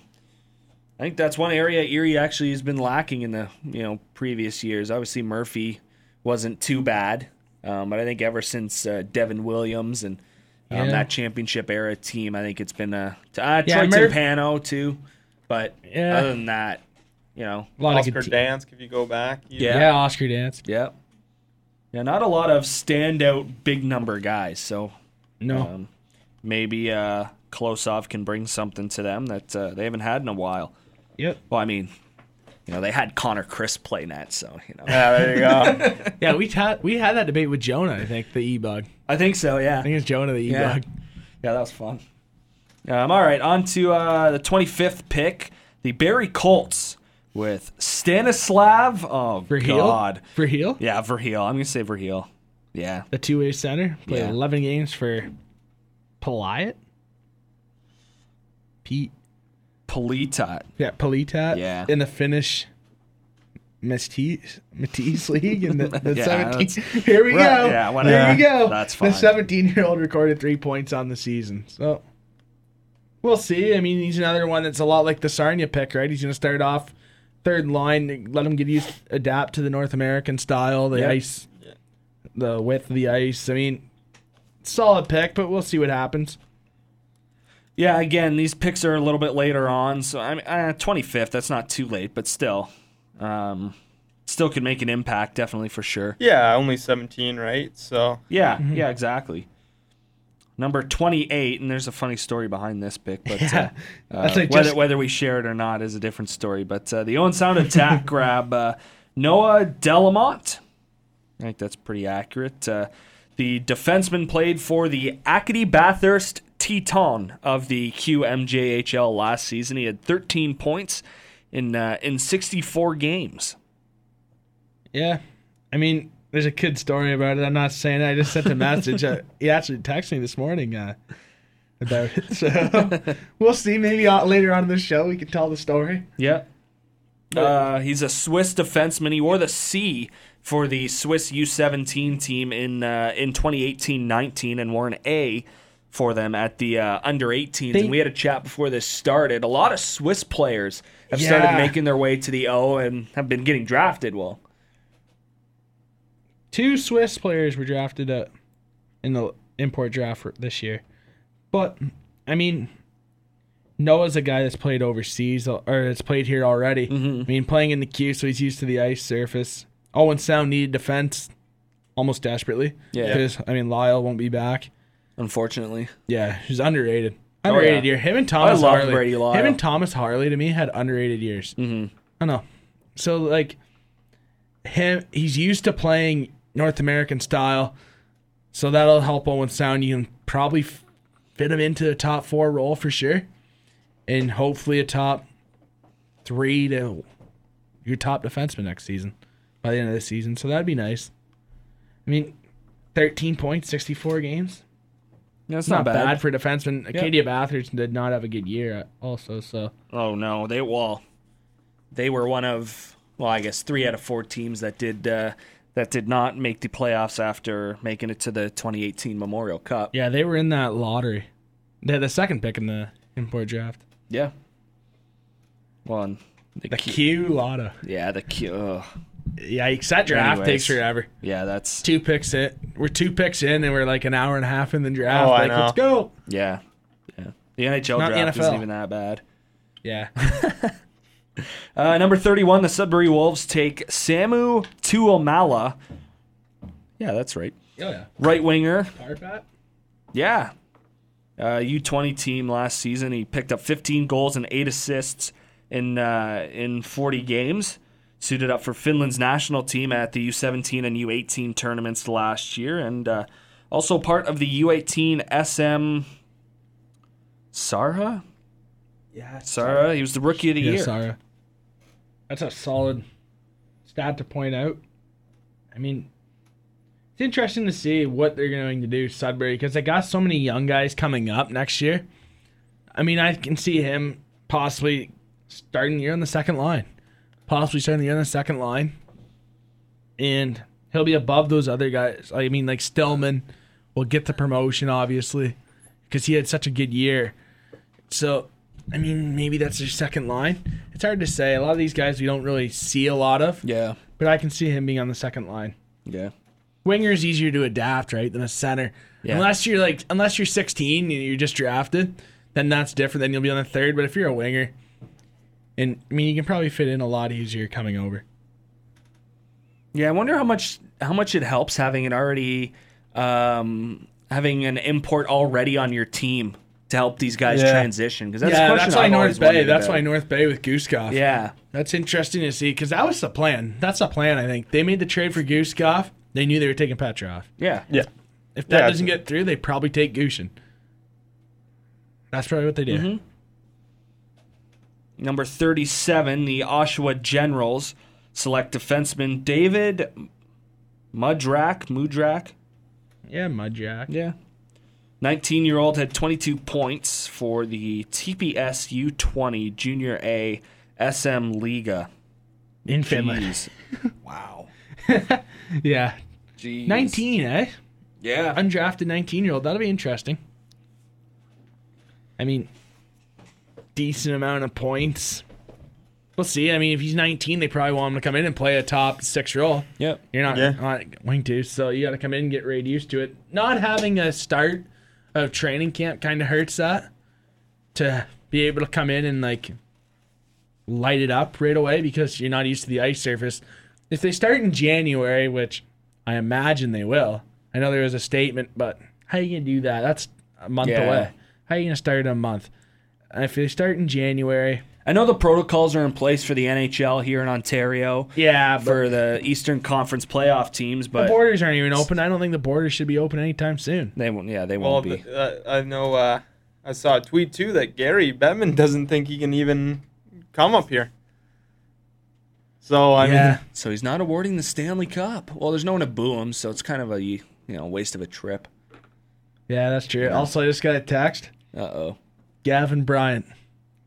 I think that's one area Erie actually has been lacking in the you know previous years. Obviously Murphy wasn't too bad, um, but I think ever since uh, Devin Williams and um,
Yeah.
that championship era team, I think it's been uh, t- uh,
Yeah,
Troy
Mur-
Timpano too. But
Yeah.
other than that, you know,
A lot
Oscar
of good te-
Dansk, if you go back. you-
Yeah.
Yeah, Oscar dance.
yeah, yeah, not a lot of standout big number guys. So
No,
um, maybe uh, Klosov can bring something to them that uh, they haven't had in a while.
yep.
Well, I mean, you know, they had Connor Crisp play net, so you know.
Yeah, there you go.
Yeah, we had we had that debate with Jonah. I think the e bug.
I think so.
I
Yeah.
think it's Jonah the e
Yeah.
bug.
Yeah, that was fun. Um, all right, on to uh, the 25th pick, the Barry Colts with Stanislav. Oh
Verheil.
God.
Verheil.
Yeah, Verheil. I'm gonna say Verheil. Yeah.
The two way center played
Yeah.
11 games for Poliat. Pete.
Politat.
Yeah, Politat.
Yeah.
In the Finnish Matisse, Matisse
[LAUGHS]
League in the, the
Yeah,
17. Here we go.
Right, yeah, whatever.
Here we go.
That's
The
fine.
17 year old recorded three points on the season. So we'll see. I mean, he's another one that's a lot like the Sarnia pick, right? He's going to start off third line, let them get used, adapt to the North American style, the
Yeah.
ice, the width of the ice. I mean, solid pick, but we'll see what happens.
Yeah, again, these picks are a little bit later on, so I mean, uh, 25th. That's not too late, but still, um, still could make an impact, definitely for sure.
Yeah, only 17, right? So
Yeah, yeah, exactly. Number 28, and there's a funny story behind this pick, but uh, uh,
That's like
whether,
just-
whether we share it or not is a different story. But uh, the Owen Sound
[LAUGHS]
attack grab uh, Noah Delamont. I think that's pretty accurate. Uh, the defenseman played for the Acadie Bathurst Teton of the QMJHL last season. He had 13 points in uh, in 64 games.
Yeah, I mean, there's a kid story about it. I'm not saying it. I just sent a message. uh, he actually texted me this morning uh, about it. So [LAUGHS] we'll see. Maybe uh, later on in the show we can tell the story.
Yeah. Uh, he's a Swiss defenseman. He wore the C for the Swiss U17 team in uh, in 2018-19 and wore an A for them at the uh, under 18s.
They-
and we had a chat before this started. A lot of Swiss players have started
Yeah.
making their way to the O and have been getting drafted. Well,
Two Swiss players were drafted uh, in the import draft for- this year, but I mean, Noah's a guy that's played overseas uh, or that's played here already. I mean, playing in the queue, so he's used to the ice surface. Owen Sound needed defense almost desperately.
Yeah.
because I mean, Lyle won't be back.
unfortunately,
Yeah, he's underrated. Underrated
Oh, yeah.
year. Him and Thomas
love
Harley.
Brady Lyle.
Him and Thomas Harley to me had underrated years. Mm-hmm. I know. So like him, he's used to playing North American style, so that'll help Owen Sound. You can probably f- fit him into the top four role for sure, and hopefully a top three to your top defenseman next season by the end of the season. So that'd be nice. I mean, thirteen points, sixty-four games
that's
not, bad. for a defenseman. Acadia Bathurst did not have a good year, uh, also. So
Oh no, they well, they were one of well, I guess three out of four teams that did uh, that did not make the playoffs after making it to the 2018 Memorial Cup.
yeah, they were in that lottery. They had the second pick in the import draft.
Yeah. One. The,
The
Q-
Q lotto.
Yeah, the Q. ugh.
Yikes! That draft
Anyways.
takes forever.
Yeah, that's
Two picks in. We're two picks in, and we're like an hour and a half in the draft.
Oh, I
like,
know.
let's go.
yeah. Yeah. The NHL
Not the
draft isn't
NFL.
even that bad.
[LAUGHS] Yeah.
Uh, number 31, the Sudbury Wolves take Samu Tuomala. Yeah, that's right.
yeah.
Right winger,
Power bat.
Yeah. Uh, U20 team last season. He picked up 15 goals and eight assists in uh, in 40 games. Suited up for Finland's national team at the U17 and U18 tournaments last year, and uh, also part of the U18 SM Sarha.
Yeah.
Sarha. He was the rookie of the
Yeah,
year.
Sara. That's a solid stat to point out. I mean, it's interesting to see what they're going to do Sudbury because they got so many young guys coming up next year. I mean, I can see him possibly starting the year on the second line, possibly starting the year on the second line, and he'll be above those other guys. I mean, like Stillman will get the promotion obviously because he had such a good year. So, I mean, maybe that's their second line. It's hard to say. A lot of these guys we don't really see a lot of,
Yeah.
but I can see him being on the second line.
Yeah.
Winger is easier to adapt, right, than a center.
Yeah.
Unless you're like, unless you're 16 and you're just drafted, then that's different. Then you'll be on the third. But if you're a winger, and I mean, you can probably fit in a lot easier coming over.
Yeah, I wonder how much how much it helps having an already um, having an import already on your team to help these guys
Yeah.
transition because that's a
yeah,
question
that's why
I've always
North Bay.
wondered
That's
about.
why North Bay with Goosekoff.
Yeah,
That's interesting to see because that was the plan. That's the plan. I think they made the trade for Goosekoff. They knew they were taking Petrov.
yeah,
yeah,
If that
Yeah,
doesn't get through, they probably take Gushin. That's probably what they do.
Mm-hmm. Number thirty-seven, the Oshawa Generals select defenseman David Mudrak. Mudrak,
Yeah, Mudjack.
yeah, nineteen-year-old had twenty-two points for the TPS U twenty Junior A SM Liga.
In Finland.
Jeez. [LAUGHS] wow.
[LAUGHS] Yeah.
Jeez.
19, eh?
Yeah.
Undrafted 19 year old. That'll be interesting. I mean, decent amount of points. We'll see. I mean, if he's 19, they probably want him to come in and play a top six role.
Yep.
You're not,
Yeah.
not going to, so you got to come in and get right used to it. Not having a start of training camp kind of hurts that. To be able to come in and like light it up right away because you're not used to the ice surface. If they start in January, which I imagine they will, I know there was a statement, but how you gonna do that? That's a month
Yeah.
away. How you gonna start in a month? If they start in January,
I know the protocols are in place for the NHL here in Ontario
yeah, but
for the Eastern Conference playoff teams,
the
but
borders aren't even open. I don't think the borders should be open anytime soon.
they won't. Yeah, they
Well,
won't be.
the, uh, I know uh, I saw a tweet too that Gary Bettman [LAUGHS] doesn't think he can even come up here. So I
yeah.
mean,
So he's not awarding the Stanley Cup. Well, there's no one to boo him, so it's kind of a you know waste of a trip.
Yeah, that's true. Also, I just got a text.
Uh oh.
Gavin Bryant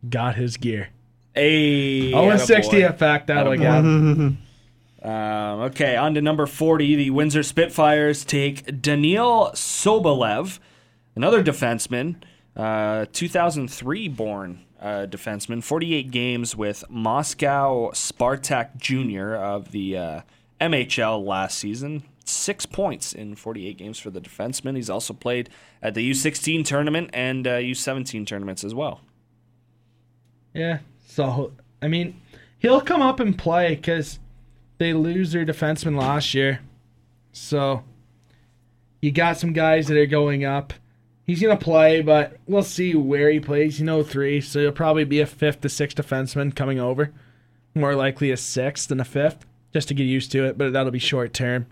got his gear.
Hey.
Oh, and 60
attaboy.
effect out of Gavin.
Um, okay, on to number 40. The Windsor Spitfires take Daniil Sobolev, another defenseman, uh, 2003 born uh, defenseman, 48 games with Moscow Spartak Jr. of the uh, MHL last season. Six points in 48 games for the defenseman. He's also played at the U16 tournament and uh, U17 tournaments as well.
Yeah. So, I mean, he'll come up and play because they lose their defenseman last year. So, you got some guys that are going up. He's going to play, but we'll see where he plays. You know, three, so he'll probably be a fifth to sixth defenseman coming over. More likely a sixth than a fifth, just to get used to it, but that'll be short term.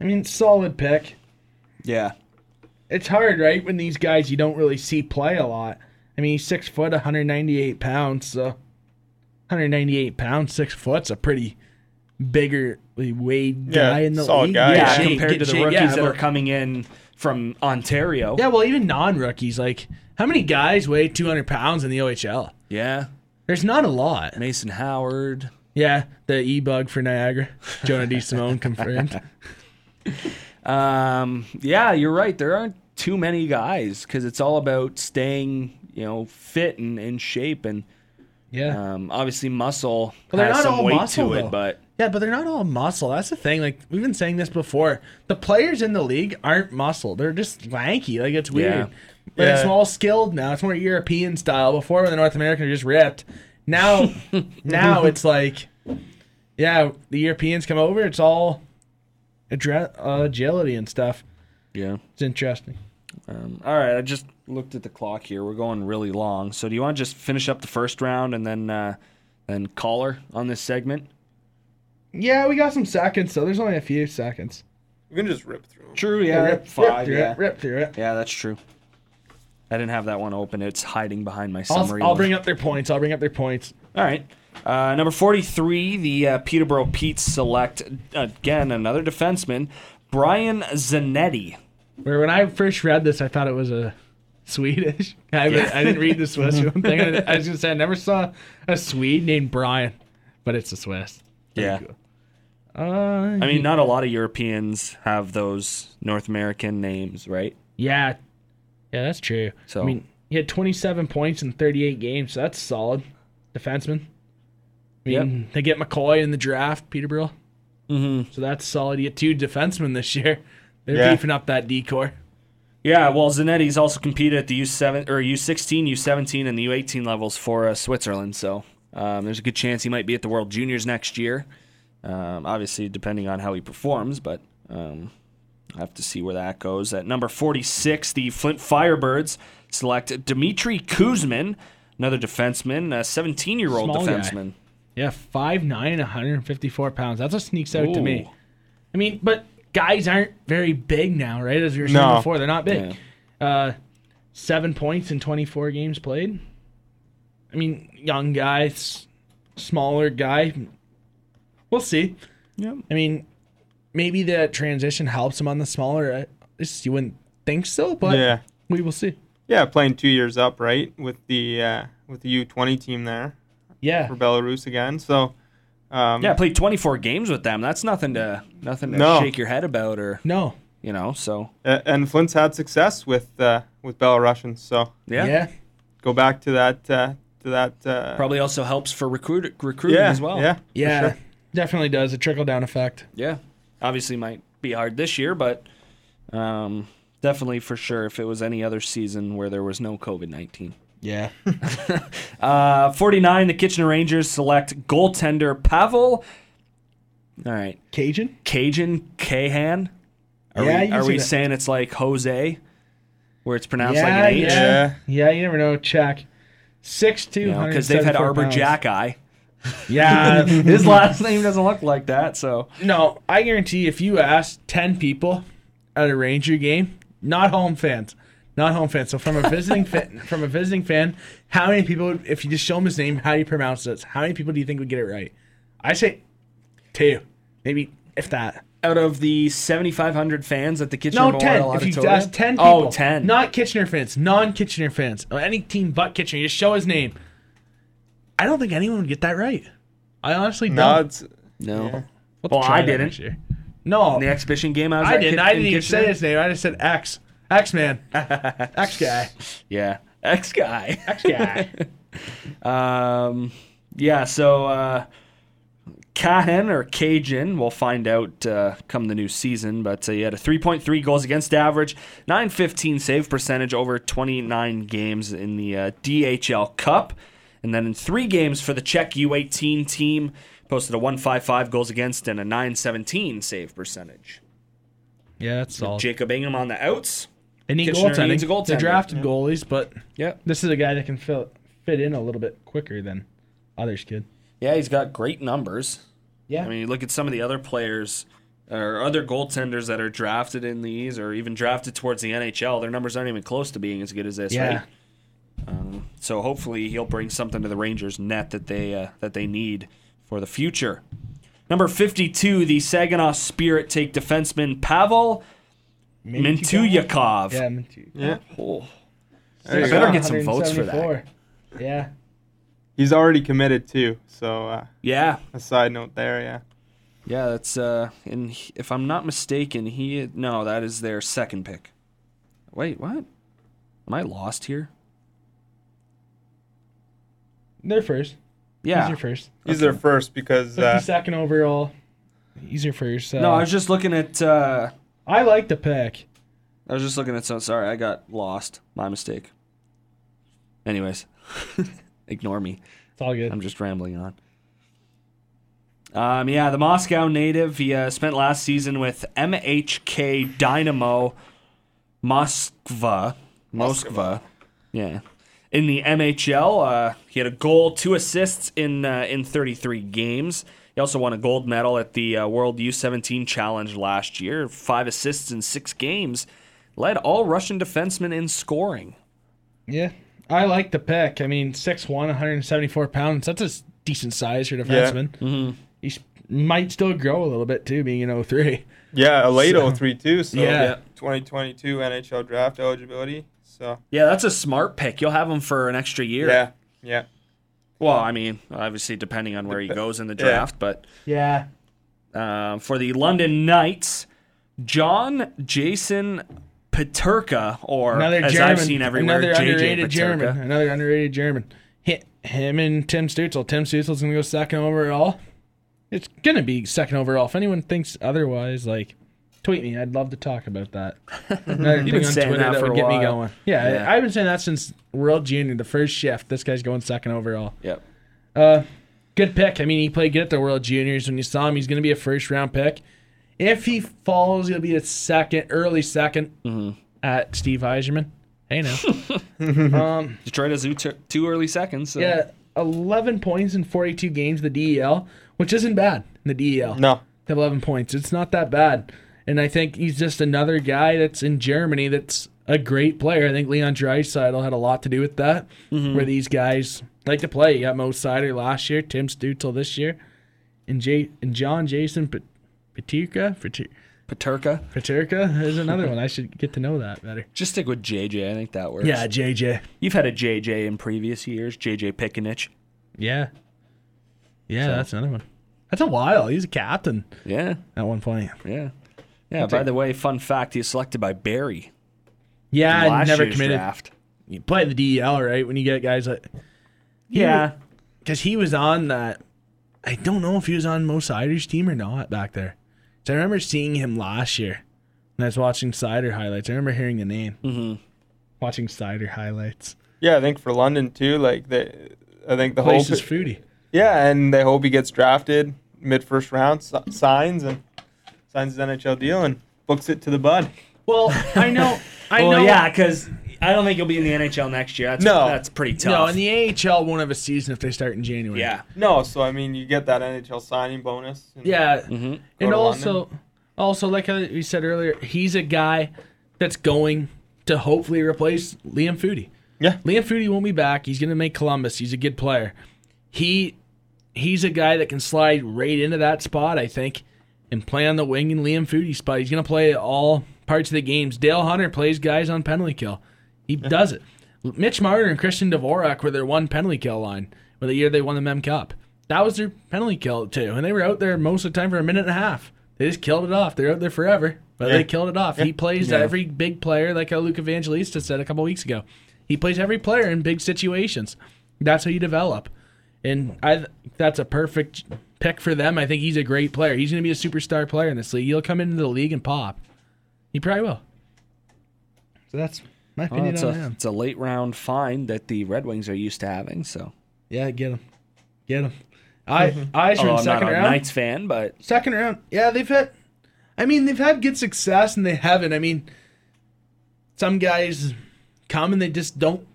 I mean, solid pick.
Yeah.
it's hard, right? When these guys you don't really see play a lot. I mean, he's six foot, 198 pounds, so 198 pounds, six foot's a pretty biggerly weighed
Yeah,
guy in the
solid
league.
guy,
Get
Yeah,
Yeah,
shape,
compared
get
to the
shape.
rookies
Yeah,
that are
but-
coming in from Ontario.
Yeah, well, even non-rookies, like how many guys weigh 200 pounds in the OHL?
Yeah.
There's not a lot.
Mason Howard.
Yeah, the e-bug for Niagara, Jonah D.
[LAUGHS]
Simone confirmed.
Um, yeah, you're right. There aren't too many guys because it's all about staying, you know, fit and in shape. And
Yeah.
um, obviously, muscle
Well, they're
has
not
some
all
weight
muscle,
to it.
though.
But
Yeah, but they're not all muscle. That's the thing. Like we've been saying this before. The players in the league aren't muscle. They're just lanky. Like it's weird. But it's
Yeah.
all skilled now. It's more European style. Before when the North Americans were just ripped.
[LAUGHS]
Now now it's like yeah, the Europeans come over, it's all adre- uh, agility and stuff.
yeah.
It's interesting.
Um, all right. I just looked at the clock here. We're going really long. So do you want to just finish up the first round and then uh, then caller on this segment?
Yeah, we got some seconds, so there's only a few seconds.
we can just rip through. 'em.
True. Yeah.
rip through it. Rip through it.
Yeah, that's true. I didn't have that one open. It's hiding behind my summary.
I'll, I'll
one.
bring up their points. I'll bring up their points.
All right. Uh, number 43, the uh, Peterborough Pete's select, again, another defenseman, Brian Zanetti.
Where when I first read this, I thought it was a Swedish. [LAUGHS] I, I didn't read
[LAUGHS]
the Swiss one thing. I, I was gonna say I never saw a Swede named Brian, but it's a Swiss. Pretty
Yeah.
cool. Uh,
I mean, not a lot of Europeans have those North American names, right?
yeah, yeah, that's true.
So-
I mean, he had 27 points in 38 games. So that's solid, defenseman. I mean, they get McCoy in the draft, Peterborough. Mm-hmm. So that's solid. You get two defensemen this year. They're
Yeah.
beefing up that decor.
Yeah, well, Zanetti's also competed at the U7 or U16, U17, and the U18 levels for uh, Switzerland. So um, there's a good chance he might be at the World Juniors next year. Um, obviously, depending on how he performs, but um, I have to see where that goes. At number 46, the Flint Firebirds select Dmitry Kuzmin, another defenseman, a 17 year old
Small guy.
defenseman.
Yeah, 5'9", 154 pounds. That's what sneaks out to me.
Ooh.
I mean, but guys aren't very big now, right? As we were saying
No.
before, they're not big. Uh, seven points in 24 games played. I mean, young guy, s- smaller guy. We'll see.
Yep.
I mean, maybe that transition helps him on the smaller. I just, you wouldn't think so, but
Yeah,
we will see.
yeah, playing two years up, right, with the uh, with the U twenty team there
Yeah.
for Belarus again. So um,
Yeah, played 24 games with them. That's nothing to nothing to
No.
shake your head about, or
No.
you know. So
a- and Flint's had success with uh, with Belarusians. So
Yeah.
yeah.
go back to that uh, that. Uh,
Probably also helps for recruit recruiting
yeah,
as well.
Yeah, for
Yeah,
sure.
definitely does a trickle down effect.
Yeah. Obviously might be hard this year, but um, definitely for sure if it was any other season where there was no COVID 19.
Yeah,
Uh, 49, the Kitchener Rangers select goaltender Pavel. All right.
[LAUGHS] Cajun.
Cajun Cahan. Are
Yeah,
we,
you can
are
say
we
that.
saying it's like Jose, where it's pronounced
yeah,
like an H?
yeah,
Yeah.
yeah. You never know. Check six two.
Because they've had Arbor Jack Eye. [LAUGHS]
Yeah,
His last name doesn't look like that, so
no. I guarantee if you ask ten people at a Ranger game, not home fans, not home fans. So from
[LAUGHS]
a visiting fan, from a visiting fan, how many people? would- If you just show them his name, how do you pronounce this? How many people do you think would get it right? I say two, maybe if that.
out of the 7,500 fans at the Kitchener
No,
Memorial
ten. If
Auditorium.
you ask ten people,
Oh, 10.
not Kitchener fans, non-Kitchener fans, or any team but Kitchener, just show his name. I don't think anyone would get that right. I honestly
No,
don't.
it's
no.
We'll
Well,
try
I
that
didn't.
next year. No,
The exhibition game I was
I
at
didn't.
Kit-
I
in
didn't even
Kitchener?
say his name. I just said X. X
[LAUGHS]
man. X guy.
Yeah. X guy.
X guy.
Um, yeah, so uh, Cahan or Cajun, we'll find out uh, come the new season, but uh, he had a 3.3 goals against average, 915 save percentage over 29 games in the uh, DHL Cup. And then in three games for the Czech U18 team, posted a 155 goals against and a 917 save percentage.
[LAUGHS] yeah, that's all.
Jacob Ingham on the outs.
They need
Kitchener
goaltending.
needs a
They
goaltender.
drafted goalies, but
Yep.
this is a guy that can fill, fit in a little bit quicker than others could.
Yeah, he's got great numbers.
Yeah.
I mean, you look at some of the other players or other goaltenders that are drafted in these or even drafted towards the NHL. Their numbers aren't even close to being as good as this,
Yeah.
right? Um, so hopefully he'll bring something to the Rangers net that they uh, that they need for the future. Number 52, the Saginaw Spirit take defenseman Pavel Mintyukov.
Yeah, Mintu.
yeah.
Oh,
There you
I better
go.
get some votes for that.
174. Yeah.
He's already committed too. So uh,
yeah.
a side note there, yeah.
Yeah, that's uh and he- if I'm not mistaken, he no, that is their second pick. Wait, what? Am I lost here?
They're first.
Yeah.
He's your first.
He's their first because uh,
52nd overall. He's your first. So.
no, I was just looking at uh
I like the pick.
I was just looking at so sorry, I got lost. My mistake. Anyways, [LAUGHS] ignore me.
It's all good.
I'm just rambling on. Um, yeah, the Moscow native. He uh, spent last season with MHK Dynamo Moskva. Moskva. Yeah. In the MHL, uh, he had a goal, two assists in uh, in 33 games. He also won a gold medal at the uh, World U17 Challenge last year. Five assists in six games. Led all Russian defensemen in scoring.
Yeah. I like the pick. I mean, 6'1, 174 pounds. That's a s- decent size for a
Yeah.
defenseman.
Mm-hmm.
He s- might still grow a little bit, too, being an 03.
yeah, a late 03 too. So
Yeah.
2022 NHL draft eligibility. So
Yeah, that's a smart pick. You'll have him for an extra year.
yeah, yeah.
Well, I mean, obviously depending on where he goes in the draft,
Yeah.
but um, for the London Knights, John Jason Paterka, or
Another
as
German.
I've seen everywhere,
another
JJ
underrated
Paterka.
German. Another underrated German. Hit him and Tim Stutzel. Tim Stutzel's going to go second overall. It's going to be second overall. If anyone thinks otherwise, like, tweet me. I'd love to talk
[LAUGHS]
about that. Another
been
thing on
saying
Twitter
that
that,
for
would
a
get me
while.
going. Yeah,
Yeah.
I, I've been saying that since World Junior, the first shift. This guy's going second overall.
Yep.
Good pick. I mean, he played good at the World Juniors. When you saw him, he's going to be a first round pick. If he falls, he'll be a second, early 2nd
Mm-hmm.
at Steve Eiserman. Hey now,
Detroit has two- two early seconds. So.
yeah, eleven points in forty-two games in the DEL, which isn't bad. In the DEL,
No,
To have eleven points, it's not that bad. And I think he's just another guy that's in Germany that's a great player. I think Leon Draisaitl had a lot to do with that, where these guys like to play. You got Mo Sider last year, Tim Stutzel this year, and Jay and John Jason Pat- Paterka Pater-
Paterka.
Paterka is another one. I should get to know that better.
Just stick with JJ. I think that works.
Yeah, JJ.
You've had a JJ in previous years, JJ Pickenich.
Yeah. Yeah, that's another one. That's a while. He's a captain
Yeah.
at one point.
Yeah. Yeah. by the way, fun fact: he was selected by Barry.
Yeah,
last
never
year's
committed.
Draft.
E You play the DEL, right? When you get guys like
Yeah.
because he was on that. I don't know if he was on Mo Sider's team or not back there. 'Cause I remember seeing him last year when I was watching Sider highlights. I remember hearing the name. Mm-hmm. Watching Sider highlights.
Yeah, I think for London too. Like they, I think the
Place
whole
is foodie.
yeah, and they hope he gets drafted mid first round. s- Signs and signs his NHL deal and books it to the bud.
Well, I know.
[LAUGHS]
I
Well,
know.
yeah, because I don't think he'll be in the NHL next year. That's,
No.
that's pretty tough.
No, and the AHL won't have a season if they start in January.
yeah,
No, so I mean, you get that NHL signing bonus. and-
Yeah.
Go
And
to
also,
London.
also like I- we said earlier, he's a guy that's going to hopefully replace Liam Foodie.
Yeah.
Liam Foodie won't be back. He's going to make Columbus. He's a good player. He he's a guy that can slide right into that spot, I think, and play on the wing in Liam Foodie's spot. He's going to play all parts of the games. Dale Hunter plays guys on penalty kill. He does it. Mitch Marner and Christian Dvorak were their one penalty kill line for the year they won the Mem Cup. That was their penalty kill too, and they were out there most of the time for a minute and a half. They just killed it off. They're out there forever, but
Yeah.
they killed it off. He plays every big player, like how Luke Evangelista said a couple weeks ago. He plays every player in big situations. That's how you develop, and I th- that's a perfect pick for them. I think he's a great player. He's going to be a superstar player in this league. He'll come into the league and pop. He probably will. So that's my
Well,
opinion
it's,
on
a,
him.
it's a late round find that the Red Wings are used to having. So
Yeah, get him, get him. I eyes
[LAUGHS] Although
are in
I'm not
second
a
round.
Knights fan, but
Second round. Yeah, they've had. I mean, they've had good success, and they haven't. I mean, some guys come and they just don't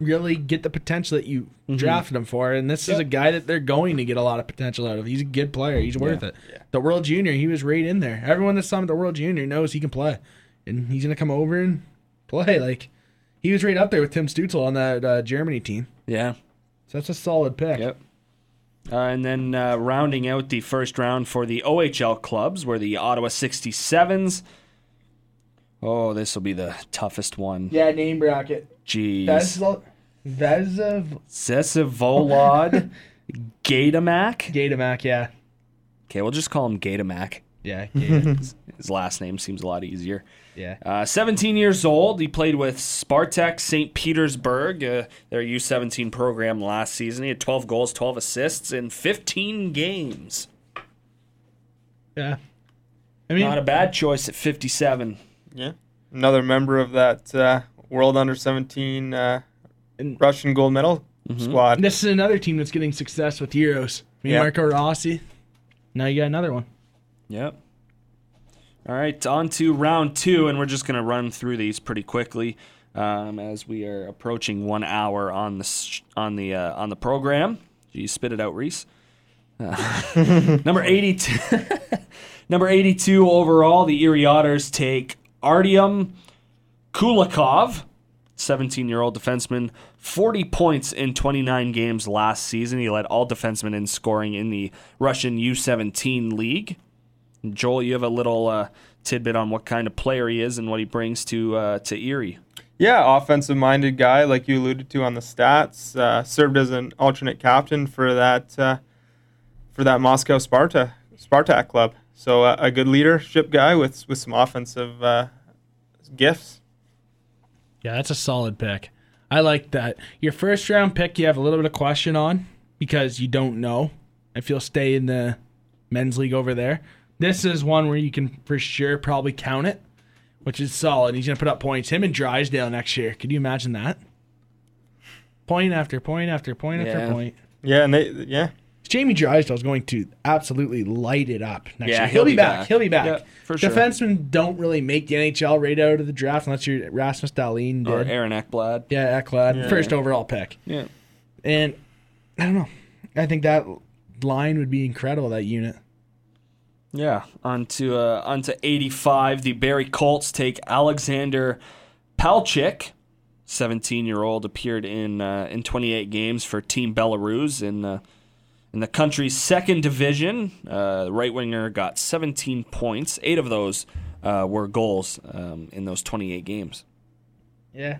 really get the potential that you drafted them for. And this is a guy that they're going to get a lot of potential out of. He's a good player. He's worth it. The World Junior, he was right in there. Everyone that saw him at the World Junior knows he can play, and he's gonna come over and play. Like he was right up there with Tim Stutzel on that uh, Germany team.
yeah.
So that's a solid pick.
Yep. Uh, and then uh, rounding out the first round for the OHL clubs were the Ottawa 67s. Oh, this will be the toughest one.
Yeah, name bracket. That's
Jeez.
lo- that is a
Sesivolod Gatamac.
Gatamac, yeah.
Okay, we'll just call him Gatamac. [LAUGHS]
Yeah, Gata,
His last name seems a lot easier.
yeah.
Uh, 17 years old. He played with Spartak St. Petersburg, uh, their U17 program last season. He had 12 goals, 12 assists in 15 games.
Yeah. I mean,
Not a bad choice at 57.
Yeah. Another member of that uh, World Under 17 uh,
And-
Russian gold medal squad.
this is another team that's getting success with Euros. I mean,
Yeah.
Marco Rossi. Now you got another one.
Yep. All right, on to round two, and we're just going to run through these pretty quickly um, as we are approaching one hour on the sh- on the uh, on the program. Geez, spit it out, Reese. Uh, [LAUGHS] number eighty-two. number eighty-two overall, the Erie Otters take Artyom Kulikov. 17 year old defenseman, 40 points in 29 games last season. He led all defensemen in scoring in the Russian U17 league. Joel, you have a little uh, tidbit on what kind of player he is and what he brings to uh, to Erie.
Yeah, offensive minded guy, like you alluded to on the stats. Uh, served as an alternate captain for that uh, for that Moscow Sparta Spartak club. So uh, a good leadership guy with with some offensive uh, gifts.
Yeah, that's a solid pick. I like that. Your first round pick, you have a little bit of question on because you don't know if you'll stay in the men's league over there. This is one where you can for sure probably count it, which is solid. He's going to put up points. Him and Drysdale next year. Could you imagine that? Point after point after point
Yeah.
after point.
Yeah, and they yeah
Jamie Drysdale's going to absolutely light it up next
Yeah,
year.
he'll
He'll,
be
be back.
back.
He'll be back.
Yeah, for sure.
Defensemen don't really make the NHL right out of the draft unless you're Rasmus Dahlin.
Or
Did.
Aaron Eckblad.
yeah, Ekblad, first overall pick.
Yeah.
And I don't know. I think that line would be incredible, that unit.
Yeah. Onto uh, onto 85. The Barry Colts take Alexander Palchik. 17 year old appeared in uh, in 28 games for Team Belarus in uh, in the country's second division. Uh, the right winger got 17 points. Eight of those uh, were goals um, in those 28 games.
Yeah.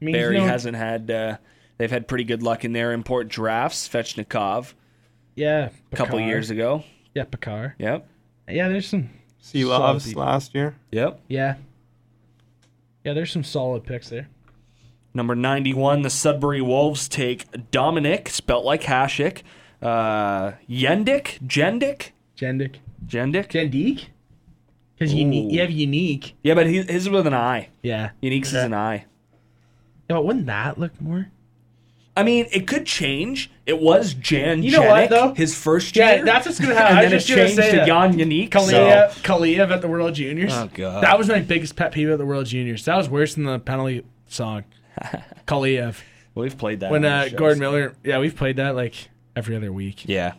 I mean,
Barry
you know-
hasn't had. Uh, they've had pretty good luck in their import drafts. Fetchnikov
Yeah.
a couple
Picard.
years ago.
Yeah, Picard.
Yep.
Yeah, there's some.
C
Solid
loves
people.
last year.
Yep.
Yeah. Yeah, there's some solid picks there.
Number 91, the Sudbury Wolves take Dominic, spelt like Hashik, uh, Yendik, Jendik,
Jendik.
Jendik.
Jendik? Because you,
Ooh.
ne- you have unique.
Yeah, but he, his is with an I.
Yeah.
Uniques is an I.
Yeah, but wouldn't that look more?
I mean, it could change. It was Jan.
You know what,
Janik,
though?
His first year.
Yeah, that's what's gonna
And
happen. I
then
was
it
just gonna
changed
say
to
that.
Jan Unique.
Kaliev, Kaliev at the World Juniors.
Oh, God.
That was my biggest pet peeve at the World Juniors. That was worse than the penalty
[LAUGHS]
song. Kaliev.
We've played that.
When
on the
uh,
shows.
Gordon Miller, yeah, we've played that like every other week.
Yeah.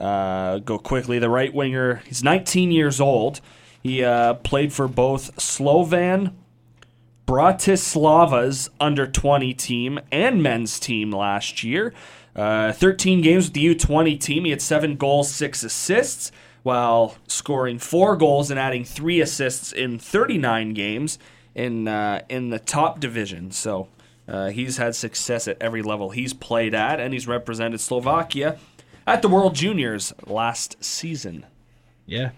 Uh, go quickly. The right winger. He's 19 years old. He uh, played for both Slovan Bratislava's under 20 team and men's team last year. Uh, 13 games with the U20 team. He had seven goals, six assists, while scoring four goals and adding three assists in 39 games in uh, in the top division. So uh, he's had success at every level he's played at, and he's represented Slovakia at the World Juniors last season.
Yeah.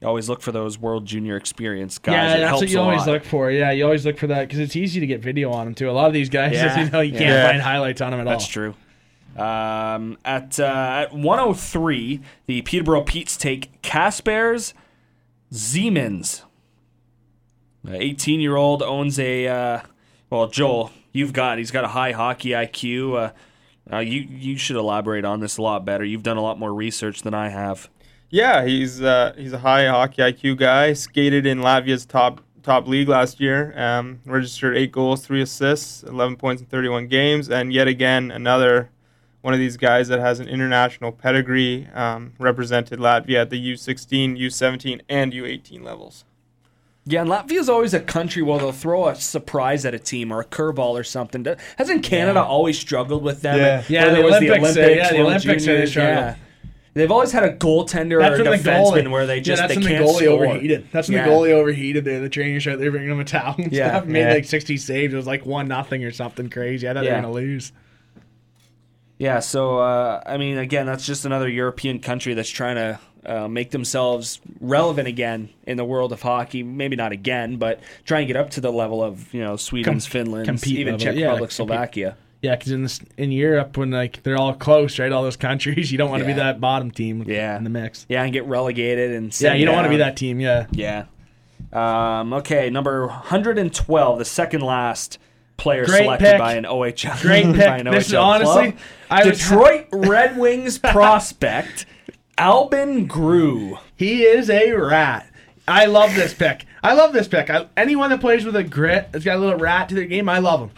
You always look for those World Junior experience guys.
Yeah,
It
that's
helps
what you
a
always
lot.
look for. Yeah, you always look for that because it's easy to get video on them too. A lot of these guys, [LAUGHS]
Yeah.
you know, you
Yeah.
can't
Yeah.
find highlights on them at all.
That's true. Um, at uh, at 103, the Peterborough Pete's take Caspers Siemens. 18 year old owns a uh, well, Joel, you've got he's got a high hockey IQ. Uh, uh, you you should elaborate on this a lot better. You've done a lot more research than I have.
Yeah, he's uh, he's a high hockey IQ guy. Skated in Latvia's top top league last year. Um, registered eight goals, three assists, eleven points in thirty one games, and yet again another one of these guys that has an international pedigree. Um, represented Latvia at the U sixteen, U seventeen, and U eighteen levels.
Yeah, and Latvia's always a country where they'll throw a surprise at a team or a curveball or something. Do- Hasn't Canada always struggled with them?
Yeah.
Yeah,
Whether
the
it was
Olympics, uh, yeah, the
World
Olympics, they
Juniors,
struggled.
They've always had a goaltender
That's
or
when
a
the
defenseman
goalie,
where they just
yeah, that's
they
when
can't
the goalie
score.
overheated. That's when
Yeah.
the goalie overheated there. The trainers out there bringing him a [LAUGHS] towel and
Yeah.
stuff. Made
Yeah.
like sixty saves. It was like one nothing or something crazy. I thought they
Yeah.
were gonna lose.
Yeah, so uh, I mean, again, that's just another European country that's trying to uh, make themselves relevant again in the world of hockey. Maybe not again, but try and get up to the level of you know Sweden's, Finland's,
compete
even
level,
Czech
yeah,
Republic,
compete.
Slovakia.
Yeah, because in this, in Europe, when like they're all close, right? All those countries, you don't want to
Yeah.
be that bottom team.
Yeah.
in the mix.
Yeah, and get relegated and
Yeah,
sent
you don't want to be
down.
that team. Yeah,
Yeah. Um, okay, number 112, the second last player
Great
selected
pick.
by an OHL. [LAUGHS]
Great
by
pick.
an
This is
OHL
honestly-
club.
I was-
Detroit
[LAUGHS]
Red Wings prospect Albin Grew.
he is a rat. I love this pick. I love this pick. I, anyone that plays with a grit, that's got a little rat to their game, I love them.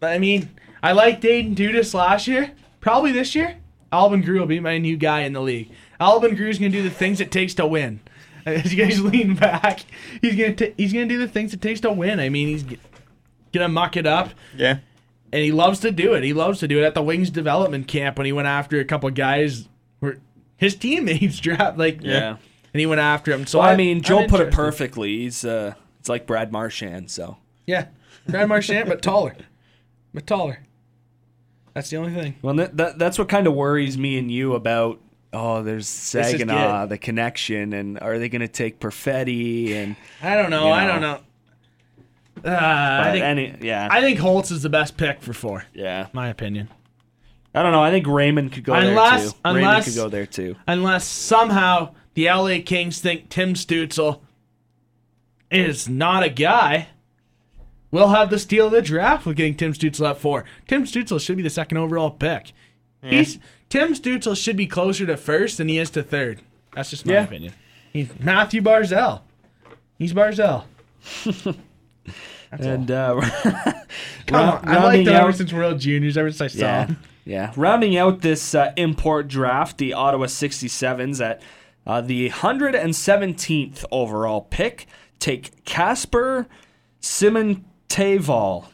I mean, I liked Aiden Dudas last year. Probably this year, Alvin Grew will be my new guy in the league. Alvin Grew's gonna do the things it takes to win. [LAUGHS] As you guys lean back, he's gonna t- he's gonna do the things it takes to win. I mean, he's g- gonna muck it up.
Yeah.
and he loves to do it. He loves to do it at the Wings development camp when he went after a couple guys were his teammates [LAUGHS] dropped like
Yeah.
and he went after him. So
Well, I mean,
I'm
Joel put it
interested.
perfectly. He's uh, it's like Brad Marchand. So
Yeah, Brad Marchand, but taller, but taller. That's the only thing.
well, that, that, that's what kind of worries me and you about. Oh, there's
is
Saginaw, the connection, and are they going to take Perfetti? And
I don't know.
You
I don't
know.
know. Uh, I
but
think
any, yeah,
I think Holtz is the best pick for four.
yeah.
My opinion.
I don't know. I think Raymond could go there
Unless-
too. Raymond
unless-
could go there too.
Unless somehow the LA Kings think Tim Stutzel is not a guy. We'll have the steal of the draft with getting Tim Stutzel at four. Tim Stutzel should be the second overall pick. He's Tim Stutzel should be closer to first than he is to third. That's just my
Yeah.
opinion. He's Matthew Barzell. He's Barzell.
And uh, [LAUGHS]
Come
Round-
on. I liked
rounding
him ever
out-
since World Juniors, ever since I saw
yeah,
him.
yeah. Rounding out this uh, import draft, the Ottawa 67s at uh, the 117th overall pick take Casper Simon Taval.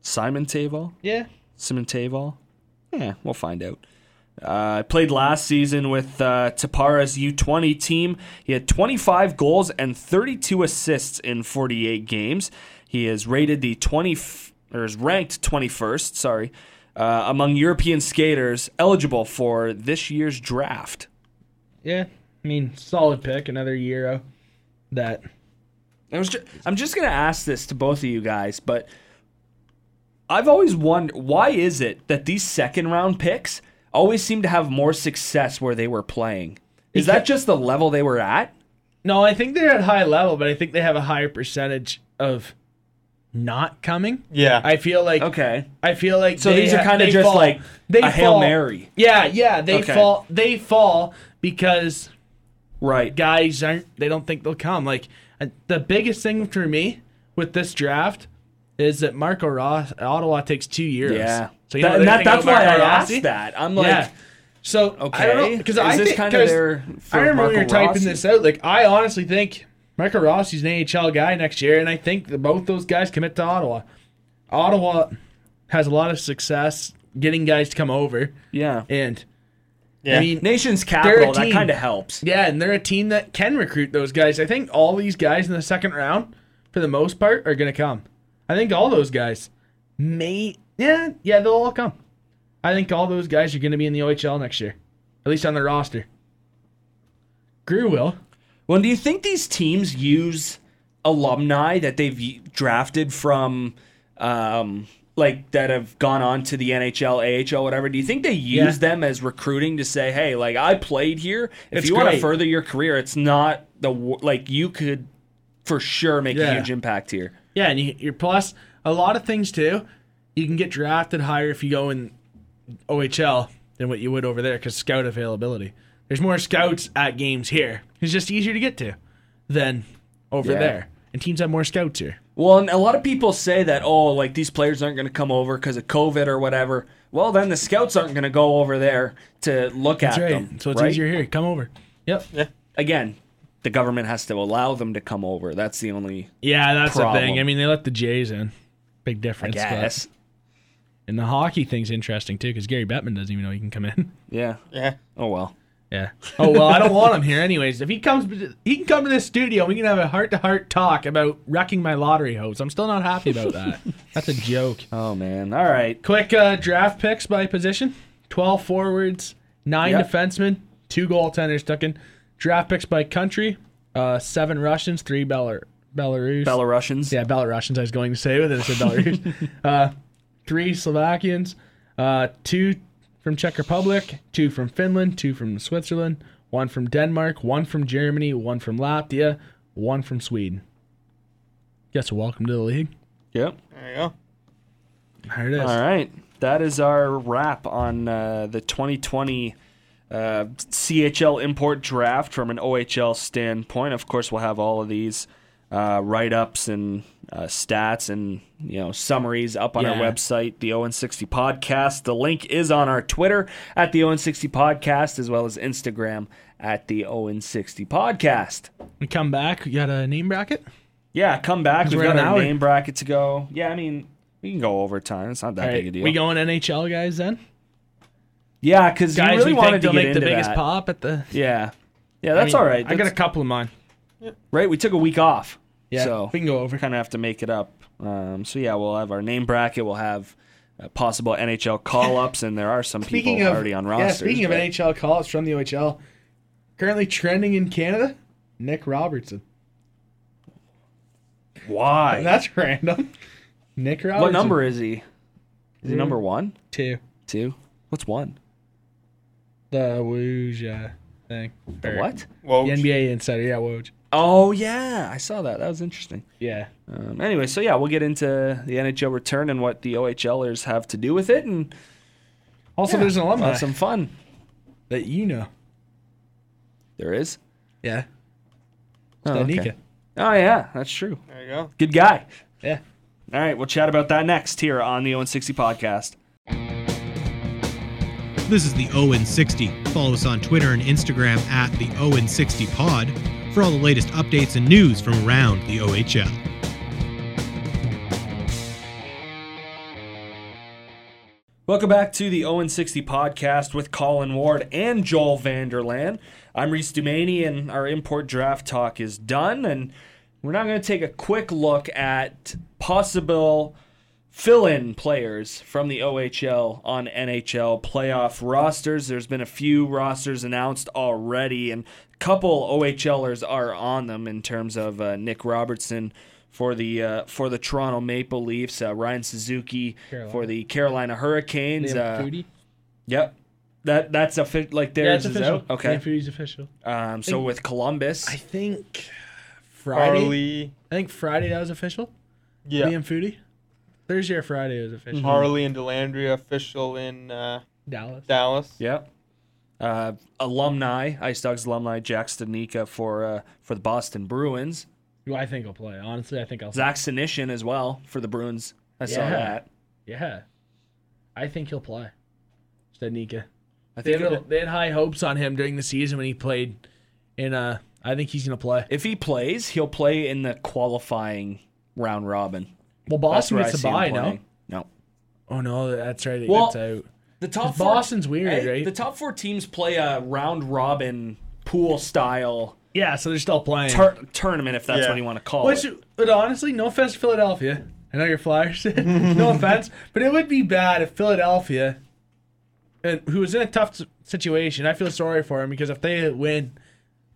Simon Taval.
Yeah.
Simon Taval? Yeah, we'll find out. Uh, played last season with uh, Tapara's U20 team. He had 25 goals and 32 assists in 48 games. He is rated the 20 f- or is ranked 21st. Sorry, uh, among European skaters eligible for this year's draft.
Yeah. I mean, solid pick, another Euro. That
I was ju- I'm just gonna ask this to both of you guys, but I've always wondered why is it that these second round picks always seem to have more success where they were playing? Is that just the level they were at?
No, I think they're at high level, but I think they have a higher percentage of not coming.
Yeah.
I feel like
Okay.
I feel like
So these are
ha-
kinda
they
just
fall-
like
they
a Hail
fall-
Mary.
Yeah, yeah, they
Okay.
fall. They fall because
Right.
guys aren't. They don't think they'll come. Like uh, the biggest thing for me with this draft is that Marco Ross Ottawa takes two years.
Yeah.
so you know
That-
they're
that-
thinking
that's
about
why I
Marco
asked
Rossi.
that. I'm like,
yeah. So okay, I don't know,
okay,
'cause
is
I
this
think-
kinda
'cause
their- for
I remember when you were
Marco
typing
Rossi?
this out. Like I honestly think Marco Rossi's an AHL guy next year, and I think that both those guys commit to Ottawa. Ottawa has a lot of success getting guys to come over,
yeah.
and
Yeah.
I mean,
Nation's
They're
capital,
a
that
team.
kind of helps.
yeah, and they're a team that can recruit those guys. I think all these guys in the second round, for the most part, are going to come. I think all those guys may, yeah, yeah, they'll all come. I think all those guys are going to be in the OHL next year, at least on the roster. Grew will.
Well, do you think these teams use alumni that they've y- drafted from, um, like that have gone on to the NHL, AHL, whatever? Do you think they use
Yeah.
them as recruiting to say, "Hey, like I played here. If
It's
you want to
great.
further your career, it's not the wo- like you could for sure make a
Yeah.
huge impact here."
Yeah, and you, you're plus a lot of things too. You can get drafted higher if you go in OHL than what you would over there because scout availability. There's more scouts at games here. It's just easier to get to than over
Yeah.
there. And teams have more scouts here.
Well, and a lot of people say that, oh, like these players aren't going to come over because of COVID or whatever. Well, then the scouts aren't going to go over there to look at them.
So it's
right?
easier here. Come over. Yep. Yeah,
Again, the government has to allow them to come over. That's the only
that's the
Problem.
thing. I mean, they let the Jays in. Big difference. but-
guess.
And the hockey thing's interesting too because Gary Bettman doesn't even know he can come in. [LAUGHS]
Yeah.
Yeah.
Oh well.
Yeah. Oh well, I don't want him here anyways. If he comes, he can come to this studio. We can have a heart to heart talk about wrecking my lottery hopes. I'm still not happy about that. [LAUGHS] That's a joke.
Oh man. All right.
Quick uh, draft picks by position: twelve forwards, nine
Yep.
defensemen, two goaltenders. Tuck in draft picks by country: uh, seven Russians, three Belar- Belarus.
Belarusians.
yeah, Belarusians. I was going to say, but then I
[LAUGHS]
said Belarus. uh, three Slovakians, uh, two from Czech Republic, two from Finland, two from Switzerland, one from Denmark, one from Germany, one from Latvia, one from Sweden. Yes, welcome to the league.
Yep.
There you go.
There it is.
All right. That is our wrap on uh, the 2020 uh, CHL import draft from an OHL standpoint. Of course, we'll have all of these uh, write-ups and uh, stats and you know summaries up on our
Yeah.
website, the ON60 Podcast. The link is on our Twitter at the ON60 Podcast, as well as Instagram at the ON60 Podcast.
We come back. We got a name bracket.
Yeah, come back. We've
we're
got
an
our
hour.
name bracket to go. Yeah, I mean we can go overtime. It's not that
All
big
right,
a deal.
we going NHL guys then.
Yeah, because you
Guys,
really
we think
wanted to
they'll
get
make
into
the biggest
that.
pop at the.
Yeah, yeah,
I
that's
mean,
all right.
I got a
That's-
couple of mine.
right. We took a week off,
Yeah,
so
we can go over.
kind of have to make it up. Um, so yeah, we'll have our name bracket. We'll have uh, possible NHL call ups, and there are some
Speaking
people
of
already on
yeah,
rosters.
speaking of
but-
NHL calls from the OHL, currently trending in Canada, Nick Robertson.
why?
That's random. Nick Robertson.
what number is he? Is he number one,
two?
two? What's one?
The Wooja thing.
The
Or
what?
Well,
The NBA insider. Yeah, Woj.
Oh yeah, I saw that. That was interesting.
Yeah.
Um, anyway, so yeah, we'll get into the NHL return and what the OHLers have to do with it, and
Also, there's an
we'll
alumni
have some fun.
that you know.
There is.
Yeah.
Oh,
Danica.
okay. oh yeah, that's true.
there you go.
Good guy.
Yeah.
All right, we'll chat about that next here on the 060 podcast.
This is the ON60. Follow us on Twitter and Instagram at the ON60 Pod for all the latest updates and news from around the OHL.
Welcome back to the 060 podcast with Colin Ward and Joel Vanderland. I'm Reese Dumaney, and our import draft talk is done. And we're now going to take a quick look at possible fill in players from the OHL on NHL playoff rosters. There's been a few rosters announced already, and a couple OHLers are on them in terms of uh, Nick Robertson for the uh, for the Toronto Maple Leafs, uh, Ryan Suzuki for the Carolina Hurricanes. Uh, yep, that that's a like
Yeah,
theirs
it's
is
official.
out. Okay,
Foodie's official.
um, so with Columbus,
I think Friday.
Harley,
I think Friday that was official.
yeah,
Liam Foodie. Thursday or Friday was official.
Mm-hmm.
Harley and Delandria official in uh,
Dallas.
Dallas.
Yep. Uh, alumni, Ice Dogs alumni, Jack Stanica for uh, for the Boston Bruins.
Who I think will play. Honestly, I think I'll.
Zach Sinishin as well for the Bruins. I saw
Yeah.
that.
Yeah, I think he'll play. Stanika.
I
They
think
had, they had high hopes on him during the season when he played, and uh, I think he's gonna play.
if he plays, he'll play in the qualifying round robin.
Well,
That's
Boston
where I
gets
see
a
him
bye, no?
playing. No.
Oh no, that's right. It
Well,
gets out.
The top eh,
four- Boston's weird, right?
The top four teams play a round robin pool style
Yeah, so they're still playing.
tur- tournament, if that's
Yeah.
what you want to call
Which,
it.
but honestly, no offense to Philadelphia. I know you're
[LAUGHS]
Flyers. [LAUGHS] no offense, but it would be bad if Philadelphia, and who was in a tough s- situation, I feel sorry for him because if they win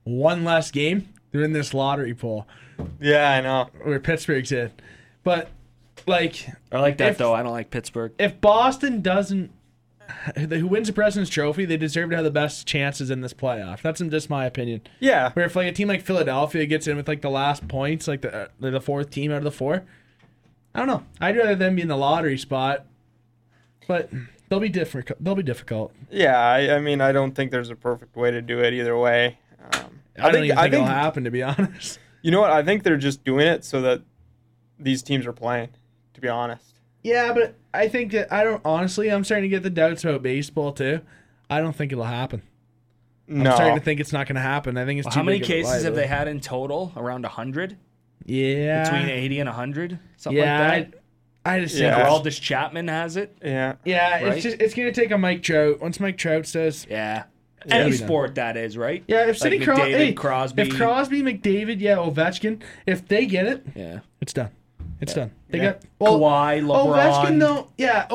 one last game, they're in this lottery pool
Yeah, I know.
where Pittsburgh's in. But like,
I like that
if-
though. I don't like Pittsburgh.
if Boston doesn't, [SIGHS] who wins the President's Trophy, they deserve to have the best chances in this playoff. That's just my opinion.
Yeah,
Where if like a team like Philadelphia gets in with like the last points, like the uh, they're the fourth team out of the four, I don't know. I'd rather them be in the lottery spot, but they'll be different. They'll be difficult.
yeah. I, I mean, I don't think there's a perfect way to do it either way. Um,
I, don't even think, it'll happen to be [LAUGHS] honest.
You know what? I think they're just doing it so that these teams are playing. To be honest,
Yeah, but I think that I don't. Honestly, I'm starting to get the doubts about baseball too. I don't think it'll happen.
no.
I'm starting to think it's not going to happen. I think it's
Well,
too
how many
big of a
cases have
liability.
they had in total? Around 100?
Yeah,
Between 80 and 100? Something
yeah.
like that?
I, I just
Yeah.
think.
Aldis Chapman has it.
yeah,
Yeah,
Right?
it's just it's going to take a Mike Trout. Once Mike Trout says
Yeah.
we
Any
know.
sport that is, right?
Yeah, if
Like
Sidney Cros-
McDavid,
hey,
Crosby.
if Crosby, McDavid, yeah, Ovechkin, if they get it,
Yeah.
it's done. It's done. They
Yeah.
got well, oh,
Kawhi, LeBron.
Ovechkin though, yeah,
They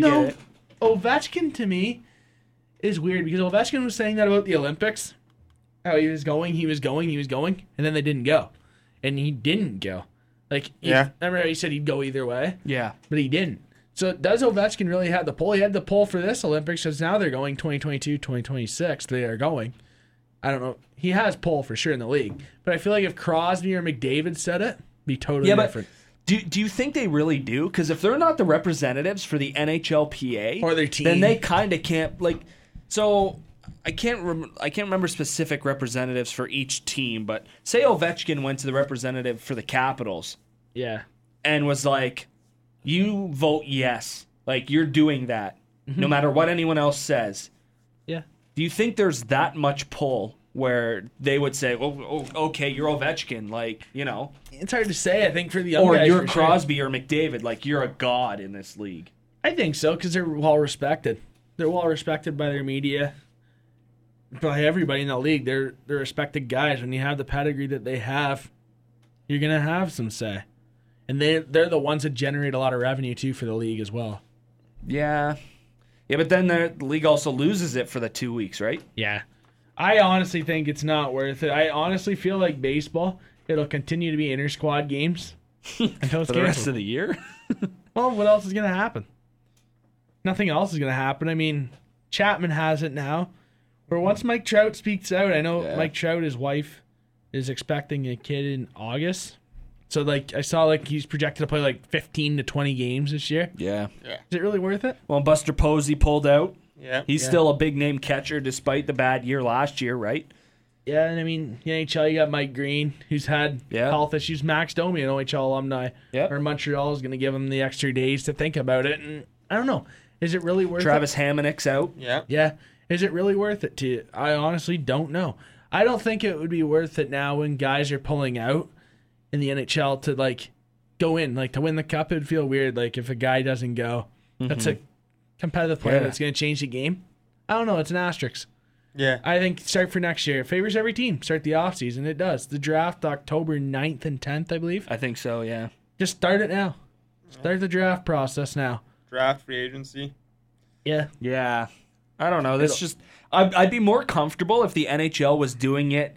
get
though,
it.
Ovechkin to me is weird because Ovechkin was saying that about the Olympics. How he was going, he was going, he was going, and then they didn't go, and he didn't go. Like he-
Yeah.
remember how he said he'd go either way,
Yeah.
but he didn't. So does Ovechkin really have the pull? He had the pull for this Olympics because now they're going 2022, 2026. They are going. I don't know. He has pull for sure in the league, but I feel like if Crosby or McDavid said it, be totally
Yeah, but
different.
do, do you think they really do? Because if they're not the representatives for the NHLPA
Or their
then
team.
they kind of can't like. So I can't rem- I can't remember specific representatives for each team, but say Ovechkin went to the representative for the Capitals
yeah,
and was like, "You vote yes, like you're doing that, no
Mm-hmm.
matter what anyone else says."
yeah.
Do you think there's that much pull where they would say, "Oh, oh okay, you're Ovechkin, like you know,
It's hard to say. I think for the young
or
guys
you're
for sure.
Crosby or McDavid, like you're a god in this league."
I think so because they're well respected. They're well respected by their media, by everybody in the league. They're they're respected guys. When you have the pedigree that they have, you're gonna have some say, and they they're the ones that generate a lot of revenue too for the league as well.
Yeah. Yeah, but then the the league also loses it for the two weeks, right?
Yeah, I honestly think it's not worth it. I honestly feel like baseball it'll continue to be inter
[LAUGHS]
squad games until it's
For the rest
canceled.
of the year?
Well, what else is gonna happen? Nothing else is gonna happen. I mean, Chapman has it now. Where once Mike Trout speaks out, I know Mike Trout, his wife, is expecting a kid in August. So like I saw like he's projected to play like fifteen to twenty games this year.
[LAUGHS] Yeah.
Is it really worth it?
Well, Buster Posey pulled out.
yeah.
He's still a big name catcher despite the bad year last year, right?
Yeah, and I mean the NHL you got Mike Green, who's had
Yeah.
health issues. Max Domi, an OHL alumni.
Yep.
Or Montreal is gonna give him the extra days to think about it. And I don't know. Is it really worth it?
Travis Hammonick's out.
yeah.
Yeah. Is it really worth it to you? I honestly don't know. I don't think it would be worth it now when guys are pulling out in the NHL to like go in. Like to win the cup, it'd feel weird. Like if a guy doesn't go, that's a competitive player
Yeah.
that's going to change the game. I don't know. It's an asterisk.
Yeah.
I think start for next year. It favors every team. Start the offseason. It does. The draft, October 9th and 10th, I believe.
I think so, yeah.
Just start it now. Start the draft process now.
Draft free agency.
Yeah.
Yeah. I don't know. That's just I'd, I'd be more comfortable if the NHL was doing it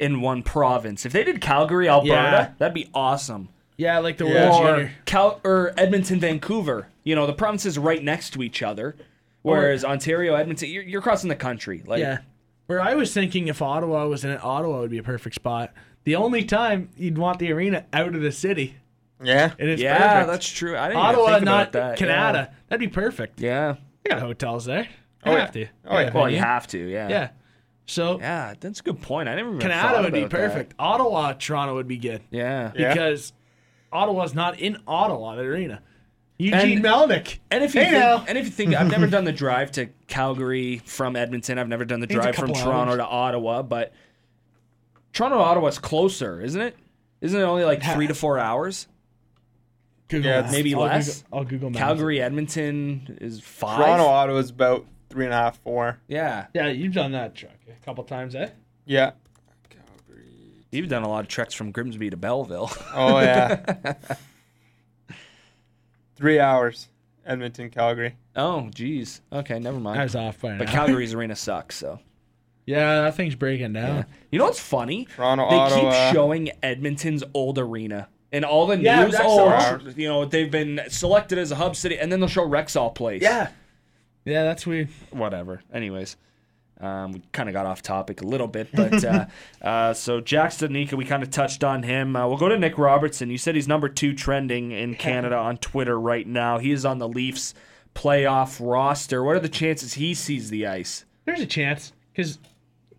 in one province. If they did Calgary, Alberta,
Yeah.
that'd be awesome.
Yeah, like the
Yeah.
World
or
Junior.
Cal- or Edmonton, Vancouver. You know, the provinces right next to each other. Whereas Ontario, Edmonton, you're, you're crossing the country. Like,
Yeah. Where I was thinking if Ottawa was in it, Ottawa would be a perfect spot. The only time you'd want the arena out of the city.
Yeah.
And it's
yeah,
perfect.
that's true. I didn't even
Ottawa,
think about
not
that.
Canada. That'd be perfect.
Yeah. yeah.
They got hotels there.
Oh,
I
yeah.
have to.
Oh, yeah.
Well, you have to. Yeah.
Yeah. So
Yeah, that's a good point. I never. Even
Canada
thought
would be
about that.
perfect. Ottawa, Toronto would be good.
Yeah.
Yeah.
Because Ottawa's not in Ottawa, the arena. Eugene
And-
Melnick.
And if you
Hey,
think,
now.
and if you think, I've
[LAUGHS]
never done the drive to Calgary from Edmonton. I've never done the
a
drive from
couple
Toronto
hours.
to Ottawa, but Toronto to Ottawa's closer, isn't it? Isn't it only like three to four hours?
Google
Yeah,
that.
it's-
Maybe
I'll
less.
Google, I'll Google Maps.
Calgary, Edmonton is five.
Toronto, Ottawa's about three and a half, four.
Yeah,
Yeah, you've done that truck a couple times, eh? [LAUGHS]
Yeah.
you've done a lot of treks from Grimsby to Belleville. [LAUGHS]
Oh yeah. Three hours, Edmonton, Calgary.
oh, geez. Okay, never mind.
I was off by
but
now.
Calgary's arena sucks. So
yeah, that thing's breaking down.
you know what's funny?
Toronto,
they
Ottawa.
keep showing Edmonton's old arena and all the
Yeah,
news.
Rexall.
Oh, you know they've been selected as a hub city, and then they'll show Rexall Place.
Yeah, that's weird.
whatever. Anyways, um, we kind of got off topic a little bit, but
[LAUGHS]
uh, uh, so Jack Stanika, we kind of touched on him. Uh, we'll go to Nick Robertson. You said he's number two trending
[LAUGHS]
in Canada on Twitter right now. He is on the Leafs playoff roster. What are the chances he sees the ice?
There's a chance because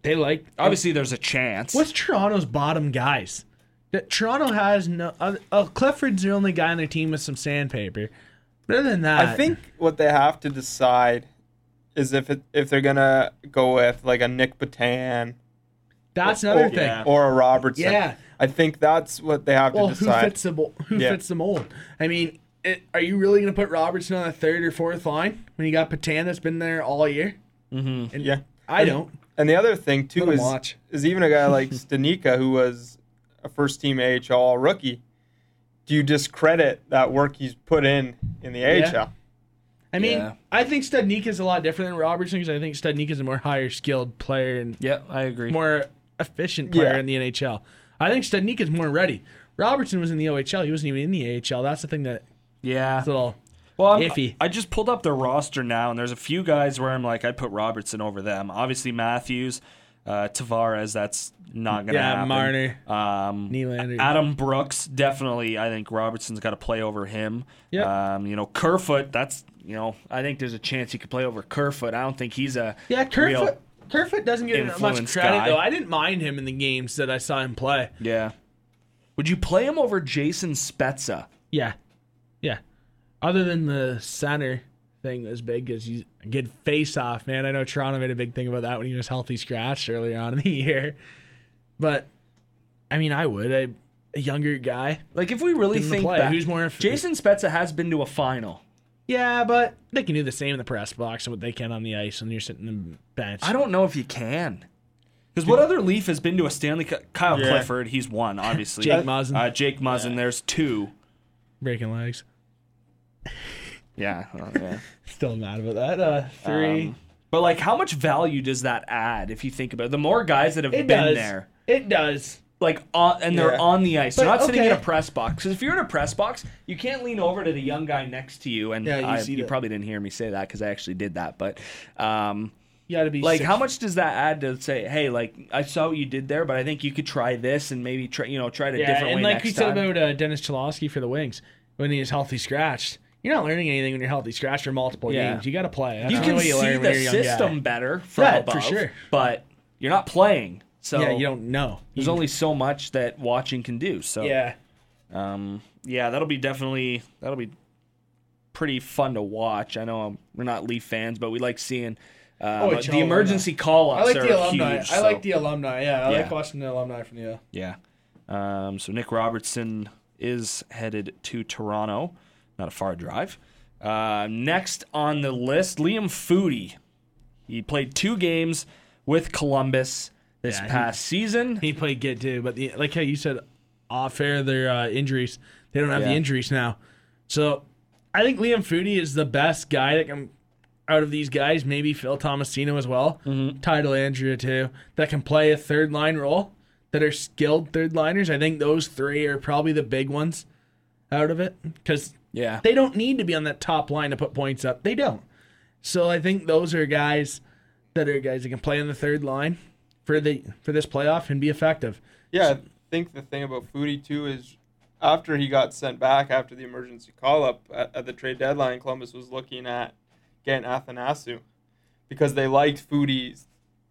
they like.
Obviously, there's a chance.
What's Toronto's bottom guys? That Toronto has no. Uh, oh, Clifford's the only guy on their team with some sandpaper. But other than that,
I think what they have to decide is if it, if they're gonna go with like a Nick Batan
that's another
or,
thing.
or a Robertson.
Yeah.
I think that's what they have
Well,
to
who
decide.
fits the mo- who
Yeah.
fits the mold? I mean, it, are you really going to put Robertson on the third or fourth line when you got Patan that's been there all year?
yeah.
I don't.
And the other thing too
Let 'em
is
watch.
is even
[LAUGHS]
a guy like Stanika who was a first team AHL rookie. Do you discredit that work he's put in in the AHL?
I mean,
Yeah.
I think Studnik is a lot different than Robertson because I think Studnik is a more higher skilled player and
Yeah, I agree.
more efficient player
Yeah.
in the NHL. I think Studnik is more ready. Robertson was in the OHL. He wasn't even in the AHL. That's the thing that's
yeah.
a little.
Well, I'm-
Iffy.
I just pulled up the roster now, and there's a few guys where I'm like, I'd put Robertson over them. Obviously, Matthews, uh, Tavares, that's not going to
Yeah,
happen.
Marner.
Um,
Nylander.
Adam Brooks, definitely. I think Robertson's got to play over him.
Yep.
Um, you know, Kerfoot, that's, you know, I think there's a chance he could play over Kerfoot. I don't think he's a.
Yeah, Kerfoot.
real-
Kerfoot doesn't get much
influence
credit
guy.
though. I didn't mind him in the games that I saw him play.
yeah. Would you play him over Jason Spezza?
Yeah, yeah. Other than the center thing that was big because he's a good face off man. I know Toronto made a big thing about that when he was healthy scratched earlier on in the [LAUGHS] year, but I mean, I would. I, a younger guy.
Like, if we really
Give him the
think
play.
back,
Who's more-
Jason Spezza has been to a final.
Yeah, but they can do the same in the press box and what they can on the ice when you're sitting in the bench.
I don't know if you can. Because what other Leaf has been to a Stanley Cup? Kyle
Yeah.
Clifford, he's one, obviously.
Jake Muzzin.
Uh, Jake Muzzin, there's two.
breaking legs.
Yeah.
Still mad about that. Uh, three.
[LAUGHS] but, like, how much value does that add if you think about it? The more guys that have
it
been
does.
there,
It does.
like, on, and they're
Yeah.
on the ice, they're
But,
not sitting in a
okay.
press box. Because if you're in a press box, you can't lean over to the young guy next to you. And
Yeah, you
I-
see
you
that.
probably didn't hear me say that because I actually did that. But, um,
You got to be
like
six-
how much does that add to say hey like i saw what you did there but i think you could try this and maybe try you know try it a different
and
way
like
next
we
time
said about uh, Dennis Chalosky for the Wings when he was healthy scratched. You're not learning anything when you're healthy scratched for multiple
Yeah.
games. You got to play. That's
you
the
can
way you
see
learn when
the
you're a young guy.
system better from
Yeah, for
above
sure.
but you're not playing so
Yeah, you don't know.
there's only so much that watching can do so
yeah,
um yeah that'll be definitely that'll be pretty fun to watch i know um we're not leaf fans but we like seeing uh,
Oh,
but
it's
the
all
emergency call-ups are huge, so-
alumni. Yeah, I
like Yeah.
watching the alumni from the.
Yeah. Um, so Nick Robertson is headed to Toronto. Not a far drive. Uh, next on the list, Liam Foodie. He played two games with Columbus this
Yeah, he-
past season.
He played good too, but the, like how you said, off air their uh, injuries. They don't have
Yeah.
the injuries now, so I think Liam Foodie is the best guy that can out of these guys. Maybe Phil Tomasino as well, Title Andrea too, that can play a third line role that are skilled third liners. I think those three are probably the big ones out of it because
Yeah.
they don't need to be on that top line to put points up. They don't. So I think those are guys that are guys that can play on the third line for the for this playoff and be effective.
Yeah, I think the thing about Foodie too is after he got sent back after the emergency call up at, at the trade deadline, Columbus was looking at getting Athanasu because they liked Foodie's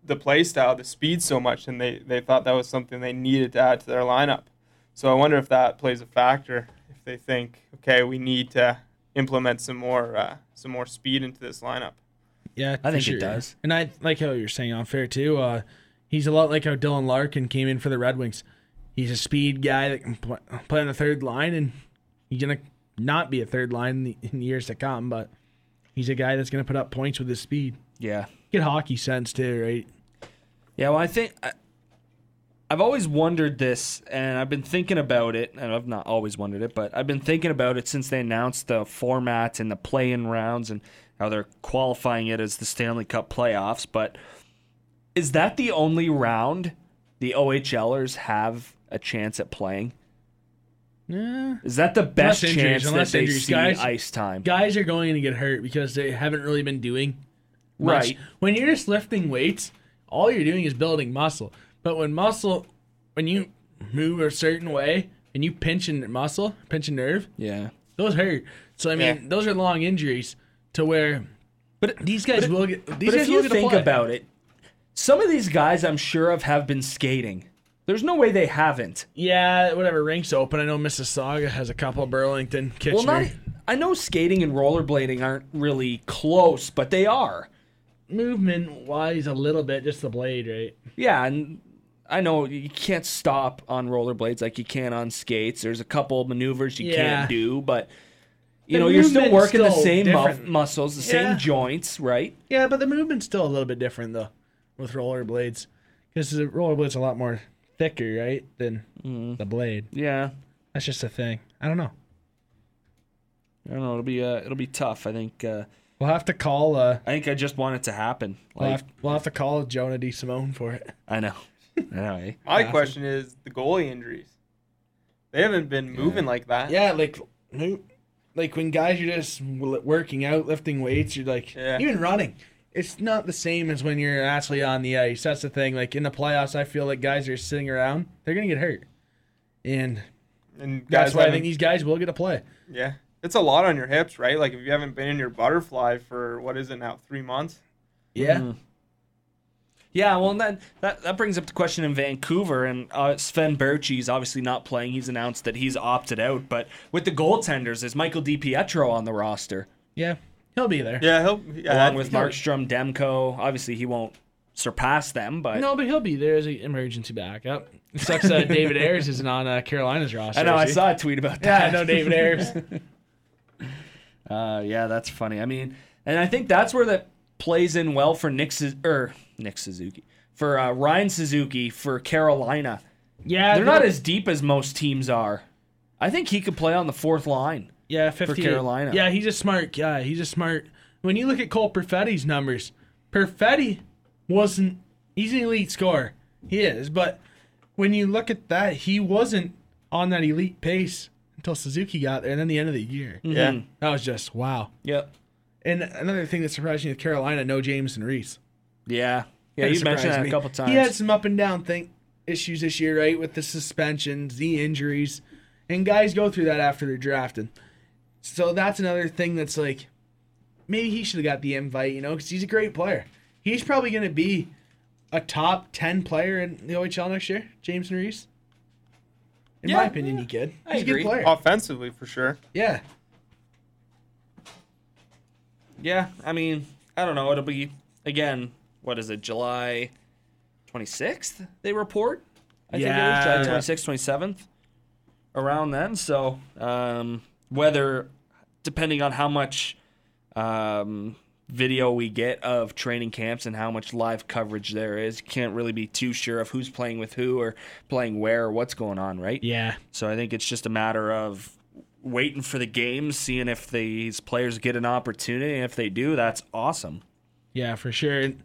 the play style, the speed so much, and they, they thought that was something they needed to add to their lineup. So I wonder if that plays a factor if they think, okay, we need to implement some more uh, some more speed into this lineup.
Yeah,
I
for
think it does.
And I like how you're saying on fair too. Uh, he's a lot like how Dylan Larkin came in for the Red Wings. He's a speed guy that can pl- play on the third line, and he's gonna not be a third line in the, in the years to come. But he's a guy that's gonna put up points with his speed.
Yeah.
Get hockey sense too, right?
Yeah, well, I think I, I've always wondered this, and I've been thinking about it, and I've not always wondered it, but I've been thinking about it since they announced the formats and the play-in rounds and how they're qualifying it as the Stanley Cup playoffs. But is that the only round the OHLers have a chance at playing?
Yeah.
Is that the best
Unless injuries,
chance
unless
that they
injuries,
see
guys.
ice time?
Guys are going to get hurt because they haven't really been doing much.
Right.
When you're just lifting weights, all you're doing is building muscle. But when muscle, when you move a certain way and you pinch a muscle, pinch a nerve,
Yeah.
those hurt. So I mean,
Yeah.
those are long injuries to where. But these guys will get. These
but
guys
if
will
you
get
think
a play.
about it, some of these guys I'm sure of have been skating. There's no way they haven't.
yeah, whatever rinks open. I know Mississauga has a couple. Burlington, Kitchener.
Well, not. e- I know skating and rollerblading aren't really close, but they are.
movement wise, a little bit, just the blade, right?
Yeah, and I know you can't stop on rollerblades like you can on skates. There's a couple of maneuvers you
Yeah.
can't do, but you
The
know you're still
movement's
working the
still
same mu-
different.
muscles, the
Yeah.
same joints, right?
Yeah, but the movement's still a little bit different though with rollerblades because the rollerblade's a lot more thicker, right, than the blade.
Yeah.
That's just a thing. I don't know.
I don't know. It'll be uh, it'll be tough. I think. Uh,
We'll have to call. Uh,
I think I just want it to happen.
we'll,
Like
have, we'll have to call Jonah D. Simone for it.
I know. [LAUGHS] I know. eh?
My question is the goalie injuries. They haven't been moving like
[LAUGHS]
that.
Yeah, like no, like when guys are just w- working out, lifting weights, you're like
Yeah.
even running. It's not the same as when you're actually on the ice. That's the thing. Like in the playoffs, I feel like guys are sitting around; they're gonna get hurt, and
And guys
that's why I
haven't-
think these guys will get a play.
Yeah. It's a lot on your hips, right? Like if you haven't been in your butterfly for what is it now, three months?
Yeah,
Mm. Yeah, well, and that, that that brings up the question in Vancouver, and uh, Sven Berchi is obviously not playing. He's announced that he's opted out. But with the goaltenders, is Michael DiPietro on the roster
yeah, he'll be there.
Yeah, he'll yeah,
Uh,
along
I
with
think-
Markstrom, Demko? Obviously, he won't surpass them, but
No, but he'll be there as an emergency backup. It
[LAUGHS]
sucks that David Ayers isn't on uh, Carolina's roster.
I know I
is he?
saw a tweet about
Yeah,
that.
no David Ayers.
[LAUGHS] Uh, yeah, that's funny. I mean, and I think that's where that plays in well for Nick Su- or Nick Suzuki for uh, Ryan Suzuki for Carolina.
[LAUGHS] yeah,
They're not as deep as most teams are. I think he could play on the fourth line.
Yeah, 58.
Carolina.
Yeah, he's a smart guy. He's a smart. When you look at Cole Perfetti's numbers, Perfetti wasn't. He's an elite scorer. He is, but when you look at that, he wasn't on that elite pace until Suzuki got there, and then the end of the year.
Hmm.
Yeah.
That was just wow.
Yep.
And another thing that surprised me with Carolina, no Jameson Reese.
Yeah. Yeah,
Kinda
you mentioned
surprised
that
me.
a couple times.
He had some up and down thing issues this year, right, with the suspensions, the injuries, and guys go through that after they're drafted. So that's another thing that's like, maybe he should have got the invite, you know, because he's a great player. He's probably going to be a top ten player in the OHL next year, Jameson Reese. In my
Yeah,
opinion, he could.
I
He's
agree.
a good player.
Offensively for sure.
Yeah.
yeah, I mean, I don't know. It'll be again. What is it? July twenty sixth. They report. I think it
Yeah.
is July twenty sixth, twenty seventh, around then. So um, whether, depending on how much um, video we get of training camps and how much live coverage there is, can't really be too sure of who's playing with who or playing where or what's going on, right?
Yeah.
So I think it's just a matter of waiting for the game, seeing if these players get an opportunity. And if they do, that's awesome.
Yeah, for sure. And,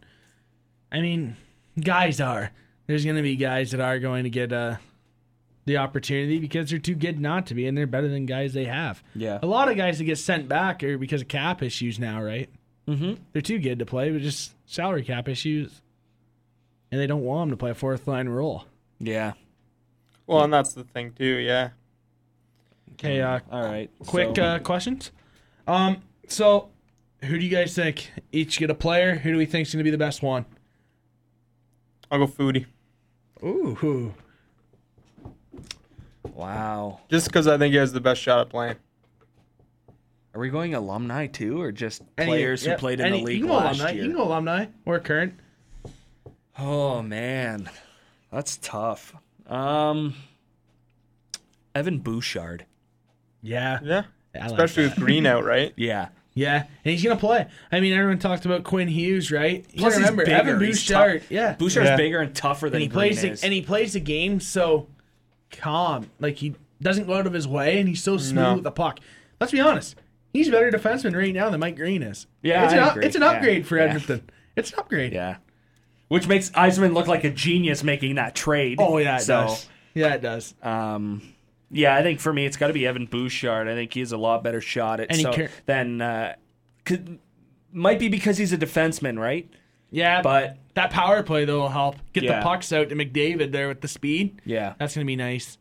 I mean, guys are. There's going to be guys that are going to get uh, the opportunity because they're too good not to be, and they're better than guys they have.
Yeah.
a lot of guys that get sent back are because of cap issues now, right? Mm-hmm. They're too good to play, but just salary cap issues, and they don't want them to play a fourth line role.
Yeah.
Well, and that's the thing too. Yeah.
Okay, uh,
All right.
quick
so-
uh, questions. Um, so who do you guys think each get a player? Who do we think's going to be the best one?
I'll go foodie.
Ooh,
wow.
Just because I think he has the best shot at playing.
Are we going alumni too, or just players who played in the league
You can go
last
alumni.
year?
You can go alumni or current.
Oh man, that's tough. Um, Evan Bouchard.
Yeah,
Yeah.
I like
Especially
that.
with Green out, right?
Yeah,
yeah, and he's gonna play. I mean, everyone talked about Quinn Hughes, right? You
Plus,
gotta
he's
remember
bigger.
Evan
He's
Bouchard.
tough.
Yeah,
Bouchard's
Yeah.
bigger and tougher than
and he
Green
plays the,
is.
and he plays the game so calm, like he doesn't go out of his way, and he's so smooth
No.
with the puck. Let's be honest, he's a better defenseman right now than Mike Green is.
Yeah,
it's,
I
an, up-
agree.
it's an
Yeah.
upgrade for
Yeah.
Edmonton. It's an upgrade.
yeah, which makes Eisman look like a genius making that trade.
Oh yeah, it
so
does. Yeah, it does.
um, yeah, I think for me it's got to be Evan Bouchard. I think he's a lot better shot at
And he
so,
car-
than uh, could, might be because he's a defenseman, right?
Yeah,
But
That power play though will help get
Yeah.
the pucks out to McDavid there with the speed.
yeah,
That's gonna be nice.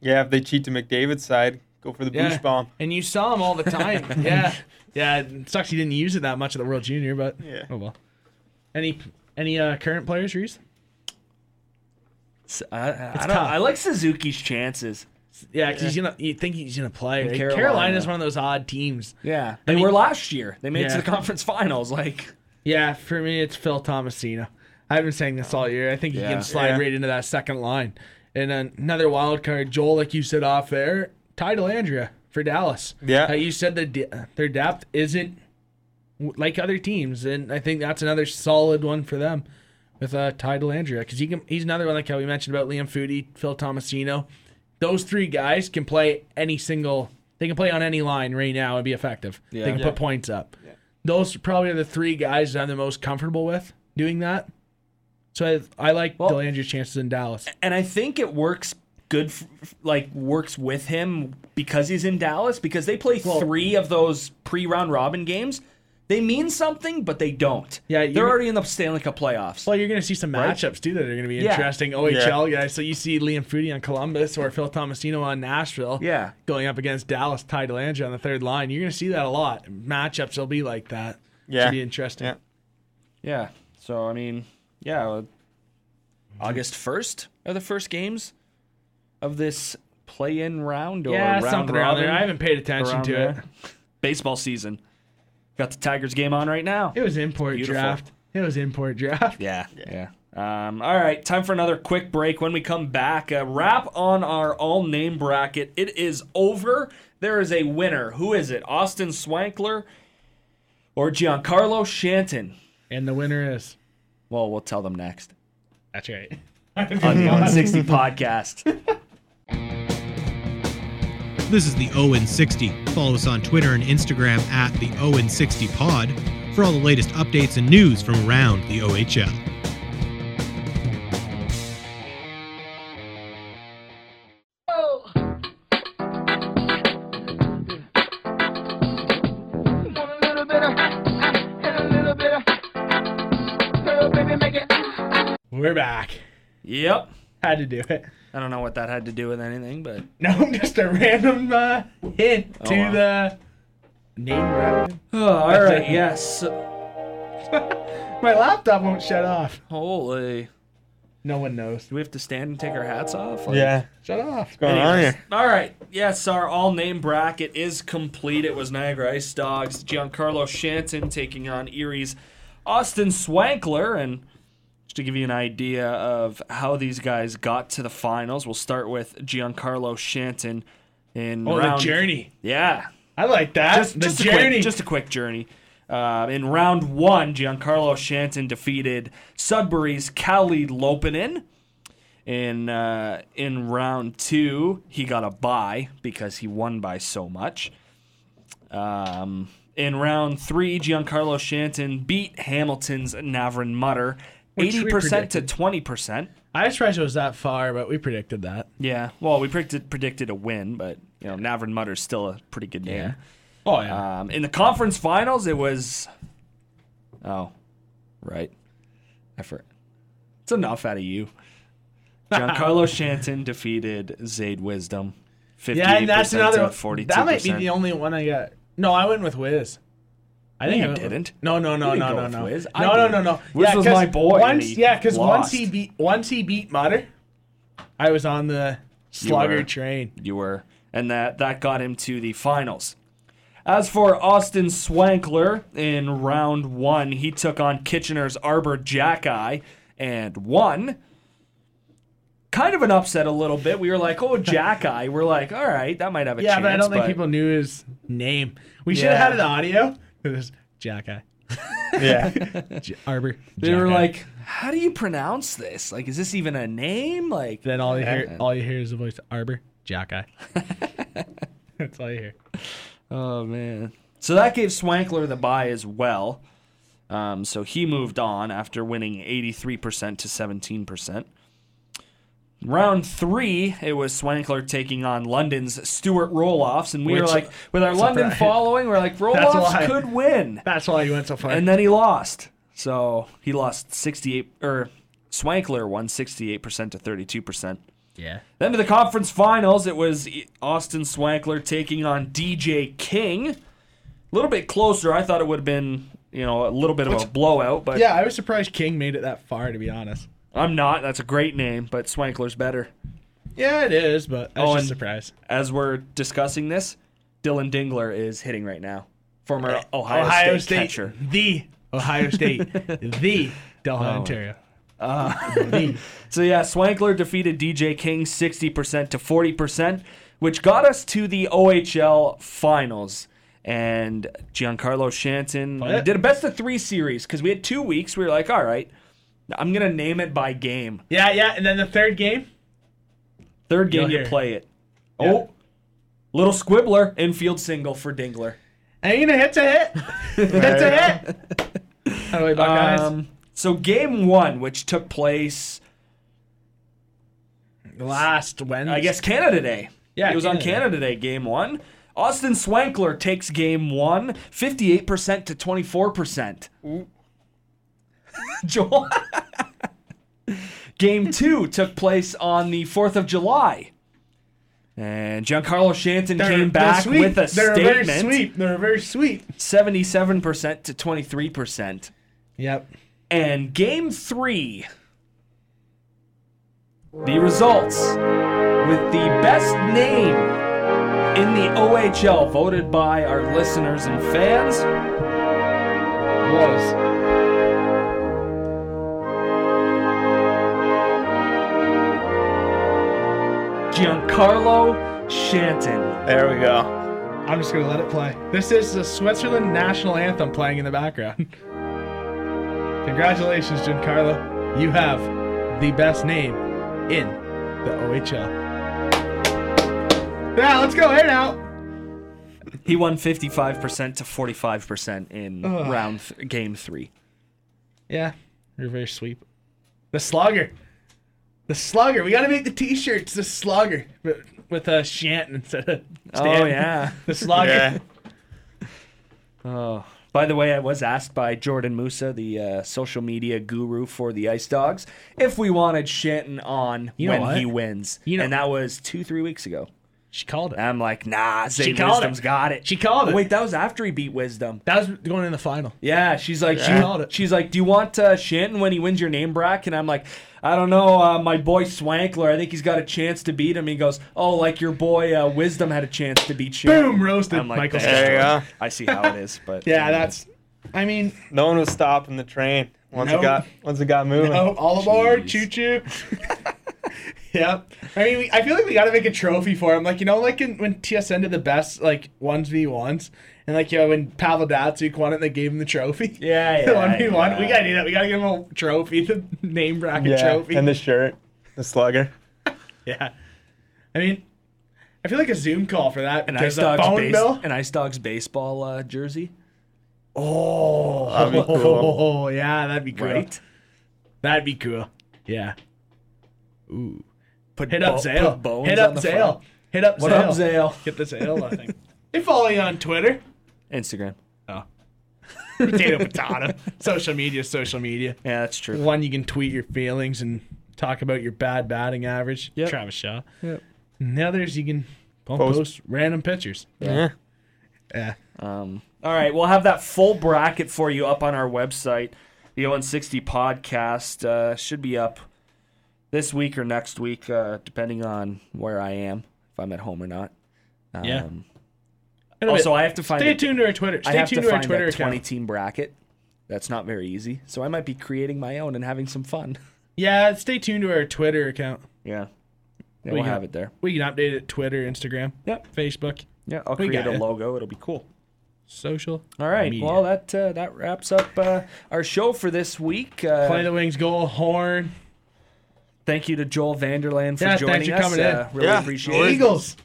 Yeah. If they cheat to McDavid's side, go for the
Yeah.
boosh bomb.
And you saw him all the time. yeah, yeah. It sucks he didn't use it that much at the World Junior, but
Yeah.
oh well. Any any uh, current players, Reese?
S- I, I
It's
don't.
tough.
I like Suzuki's chances.
Yeah, 'cause he's gonna. You think he's gonna play? Right?
Carolina.
Carolina's one of those odd teams.
Yeah, they
mean-
were last year. They made it
Yeah.
to the conference [LAUGHS] finals. Like,
Yeah, for me, it's Phil Thomasina. I've been saying this all year. I think he
Yeah.
can slide
Yeah.
right into that second line. And then another wild card, Joel, like you said off there, Ty Delandria for Dallas.
Yeah.
How you said their, de- their depth isn't w- like other teams. And I think that's another solid one for them with uh, Ty Delandria. Because he can, he's another one, like how we mentioned about Liam Foodie, Phil Thomasino. Those three guys can play any single, they can play on any line right now and be effective.
Yeah.
They can put points up those probably are the three guys that I'm the most comfortable with doing that. So I, I like
Well-
Delandry's chances in Dallas.
and I think it works good. f- f- Like, works with him because he's in Dallas. Because they play three of those pre-round robin games. They mean something, but they don't.
Yeah, you-
they're already in the Stanley Cup playoffs.
Well, you're going to see some matchups too that are going to be
Yeah.
interesting. OHL guys. So you see Liam Foodie on Columbus or Phil Tomasino on Nashville.
Yeah.
Going up against Dallas, Ty Delandria on the third line. You're going to see that a lot. Matchups will be like that.
Yeah.
Should be interesting.
Yeah.
yeah. So I mean, yeah. well, August first are the first games of this play-in round or
Yeah,
round
something around
robin.
there. I haven't paid attention
around
to
there.
it.
Baseball season. Got the Tigers game on right now.
It was import
Beautiful.
draft. It was import draft.
Yeah. Yeah. Um, all right, time for another quick break. When we come back, a wrap on our all name bracket. It is over. There is a winner. Who is it? Austin Swankler or Giancarlo Shanton?
And the winner is.
Well, we'll tell them next [LAUGHS]
That's right.
on the [LAUGHS] 160 podcast.
This is the Owen 60. Follow us on Twitter and Instagram at the Owen 60 Pod for all the latest updates and news from around the OHL.
Want a little bit of, and a little bit of, girl, baby, make it.
We're back.
Yep.
Had to do it. [LAUGHS]
I don't know what that had to do with anything, but
No, just a random uh, hint to
Oh, wow.
the name. brand.
Oh, all [LAUGHS] right. Yes.
My laptop won't shut off.
Holy.
No one knows.
Do we have to stand and take our hats off? Like-
Yeah.
Shut off.
Going on
Anyways,
here.
All right. Yes, our all name bracket is complete. It was Niagara Ice Dogs, Giancarlo Shanton taking on Erie's Austin Swankler. And just to give you an idea of how these guys got to the finals, we'll start with Giancarlo Shanton in
Oh,
round
the journey.
Yeah.
I like that.
Just,
the
just a
journey.
Quick, just a quick journey. Uh, in round one, Giancarlo Shanton defeated Sudbury's Cali Lopanen. In uh, in round two, he got a bye because he won by so much. Um, in round three, Giancarlo Shanton beat Hamilton's Navrin Mutter
Which we
eighty percent to
predicted.
twenty percent.
I was surprised it was that far, but we predicted that.
Yeah. Well, we predicted predicted a win, but you know, Navin Mutter's still a pretty good name.
Oh yeah.
Um, in the conference finals, it was. Oh, right. Effort. It's enough out of
[LAUGHS]
you. Giancarlo Shanton defeated Zayd Wisdom. 58%
yeah, and that's another.
to 42%.
That might be the only one I got. No, I went with Wiz. I think
you
I went with-
didn't.
No, no,
You
no,
didn't
no,
go
no,
with
no.
Wiz. I
No, no,
did.
no, no.
Wiz
Yeah,
was
'cause
my boy, and
Once,
he
yeah, because once
lost.
he beat once he beat Mutter, I was on the
were.
slugger train.
you were, and that that got him to the finals. As for Austin Swankler in round one, he took on Kitchener's Arbor Jackeye and won. Kind of an upset a little bit. We were like, "Oh, Jackeye." We're like, "All right, that might have a
Yeah,
chance."
but I don't think people knew his name. We should have
Yeah.
had an audio. [LAUGHS] It was Jack Eye.
Yeah.
[LAUGHS] J- Arbor.
They were
Jack Eye.
like, "How do you pronounce this? Like, is this even a name?" Like,
then all you hear, all you hear is the voice Arbor Jack Eye. [LAUGHS] That's all you hear.
Oh man. So that gave Swankler the bye as well. Um, so he moved on after winning 83% to 17%. Round three, it was Swankler taking on London's Stuart Roloffs, and we were
Which-
like,
[LAUGHS]
with our London
surprise.
following, we're like, Roloffs
why.
could win,
That's why you went so far.
and then he lost. So he lost 68, or Swankler won 68% to 32%.
yeah.
Then to the conference finals, it was E, Austin Swankler taking on DJ King. A little bit closer. I thought it would have been, you know, a little bit of a blowout, but
[LAUGHS] Yeah, I was surprised King made it that far. To be honest.
I'm not. That's a great name, but Swankler's better.
Yeah, it is, but I
Oh,
was
and-
just surprised.
As we're discussing this, Dylan Dingler is hitting right now. Former Uh, Ohio, State, catcher. Oh.
the Ohio State,
[LAUGHS]
the Delhi, Ontario.
Uh.
the,
So yeah, Swankler defeated DJ King 60% to 40%, which got us to the OHL finals. And Giancarlo Shanton we
Oh, yeah.
did a best of three series because we had two weeks. We were like, all right, I'm gonna name it by game.
yeah, yeah, and then the third game.
Third game
You'll
you
hear.
play it.
Yeah.
Oh, little squibbler infield single for Dingler.
And you know, hit's a
[LAUGHS]
hit. hit's a hit. How do we Buckeyes?
Um, so game one, which took place,
Last Wednesday.
I guess Canada Day.
Yeah,
it was on
Canada Day.
Canada Day, game one. Austin Swankler takes game one, 58% to 24%.
[LAUGHS]
Joel. game two took place on the 4th of July. And Giancarlo Shanton
They're-
came
they're
back
sweet.
with a
They're very
statement
sweet. They're very sweet.
77% to 23%.
Yep.
And game three, the results with the best name in the OHL, voted by our listeners and fans,
Was.
Giancarlo Shanton.
There we go.
I'm just gonna let it play. This is the Switzerland national anthem playing in the background. [LAUGHS] Congratulations, Giancarlo. You have the best name in the OHL. Yeah, let's go here now.
He won 55% to 45% in round th- game three.
Yeah, you're very sweet. The Slugger. The Slugger. We gotta make the T-shirts. The Slugger, but with a Shanton instead of. Stan.
Oh, yeah.
The Slugger.
Yeah.
Oh. [LAUGHS] By the way, I was asked by Jordan Musa, the uh, social media guru for the Ice Dogs, if we wanted Shanton on
You know
when
what?
he wins.
You know-
and that was two, three weeks ago.
She called it.
And I'm like, nah, Zay
called
Wisdom's
it.
got it.
She called
Oh,
it.
wait, that was after he beat Wisdom.
That was going in the final.
Yeah, she's like,
She called
she,
it.
she's like, do you want uh, Shanton when he wins your name brack? And I'm like, I don't know, uh, my boy Swankler. I think he's got a chance to beat him. He goes, oh, like your boy uh, Wisdom had a chance to beat Shanton.
Boom, roasted
I'm like,
Michael.
"Thanks,
There you
Jordan."
go.
I see how it is, but
Yeah, that's. I
[LAUGHS]
mean,
No one was stopping the train once
No.
it got once it got moving.
oh, all aboard, choo choo. [LAUGHS] yep. I mean, we, I feel like we got to make a trophy for him. Like you know, like in, when TSN did the best like ones v ones, and like you know when Pavel Datsuk won it, they gave him the
[LAUGHS]
trophy.
Yeah,
[LAUGHS]
yeah.
The one v one.
yeah.
We gotta do that. We gotta give him a trophy, [LAUGHS] the name bracket
yeah.
trophy.
And the shirt, the slugger.
[LAUGHS] yeah. I mean, I feel like a Zoom call for that.
an Ice
because a
Dogs
phone
base,
[LAUGHS]
bill.
an Ice Dogs baseball uh, jersey,
Oh,
Oh, That'd be
[LAUGHS]
cool.
yeah, that'd be great.
right?
That'd be cool. Yeah. Ooh.
Put
Hit up
bo-
Zale.
put bones
Hit
on
up
the
Zale.
front.
Hit up Zale.
What up, Zale?
Get the Zale,
[LAUGHS]
I think.
They follow you on Twitter.
Instagram.
Oh.
Potato, potato. social media, social media.
Yeah, that's true.
One, you can tweet your feelings and talk about your bad batting average.
Yep.
Travis Shaw.
Yep.
And the others, you can post,
Post.
post random pictures.
Yeah.
Yeah.
Um, all right, we'll have that full bracket for you up on our website. The 0160 podcast uh, should be up this week or next week, uh, depending on where I am, if I'm at home or not. Um,
Yeah.
Also, I have to find.
Stay
a-
tuned to our Twitter.
I
Stay
have
tuned
to
to our
find
Twitter
a 20
account.
team bracket. That's not very easy. So I might be creating my own and having some fun.
Yeah, stay tuned to our Twitter account.
[LAUGHS] Yeah. yeah
We
we'll
got-
have it there.
We can update it Twitter, Instagram,
Yep.
Facebook,
Yeah, I'll
We
create
got
a
it.
logo. It'll be cool.
social.
All right.
media.
Well, that uh, that wraps up uh, our show for this week. Uh,
Play the wings, goal, horn. [LAUGHS]
thank you to Joel Vanderland for
Yeah,
joining
thanks for
us.
coming in.
uh, Really
Yeah.
appreciate it.
Eagles.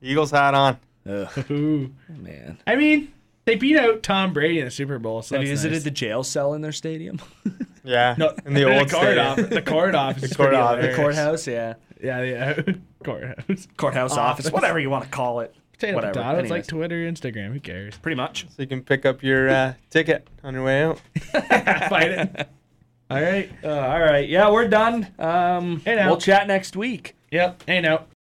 Eagles hat on.
Ugh,
Ooh.
man.
I mean, they beat out Tom Brady in the Super Bowl. So
Have you
that's
visited
nice.
the jail cell in their stadium? [LAUGHS]
Yeah.
no,
[LAUGHS] in the old
court
stadium.
office. [LAUGHS] The
[LAUGHS]
court office. is
court
pretty hilarious.
office.
Courthouse, yeah.
Yeah, yeah. [LAUGHS] Courthouse.
Courthouse office,
Office.
whatever you want to call it.
Potato
whatever.
potato. It's like
Anyways,
Twitter, Instagram. Who cares?
pretty much.
So you can pick up your uh, ticket on your way out.
[LAUGHS]
Fight it. All right.
Uh, all right. Yeah, we're done. Um,
Hey, now.
we'll chat next week.
Yep. Ain't out.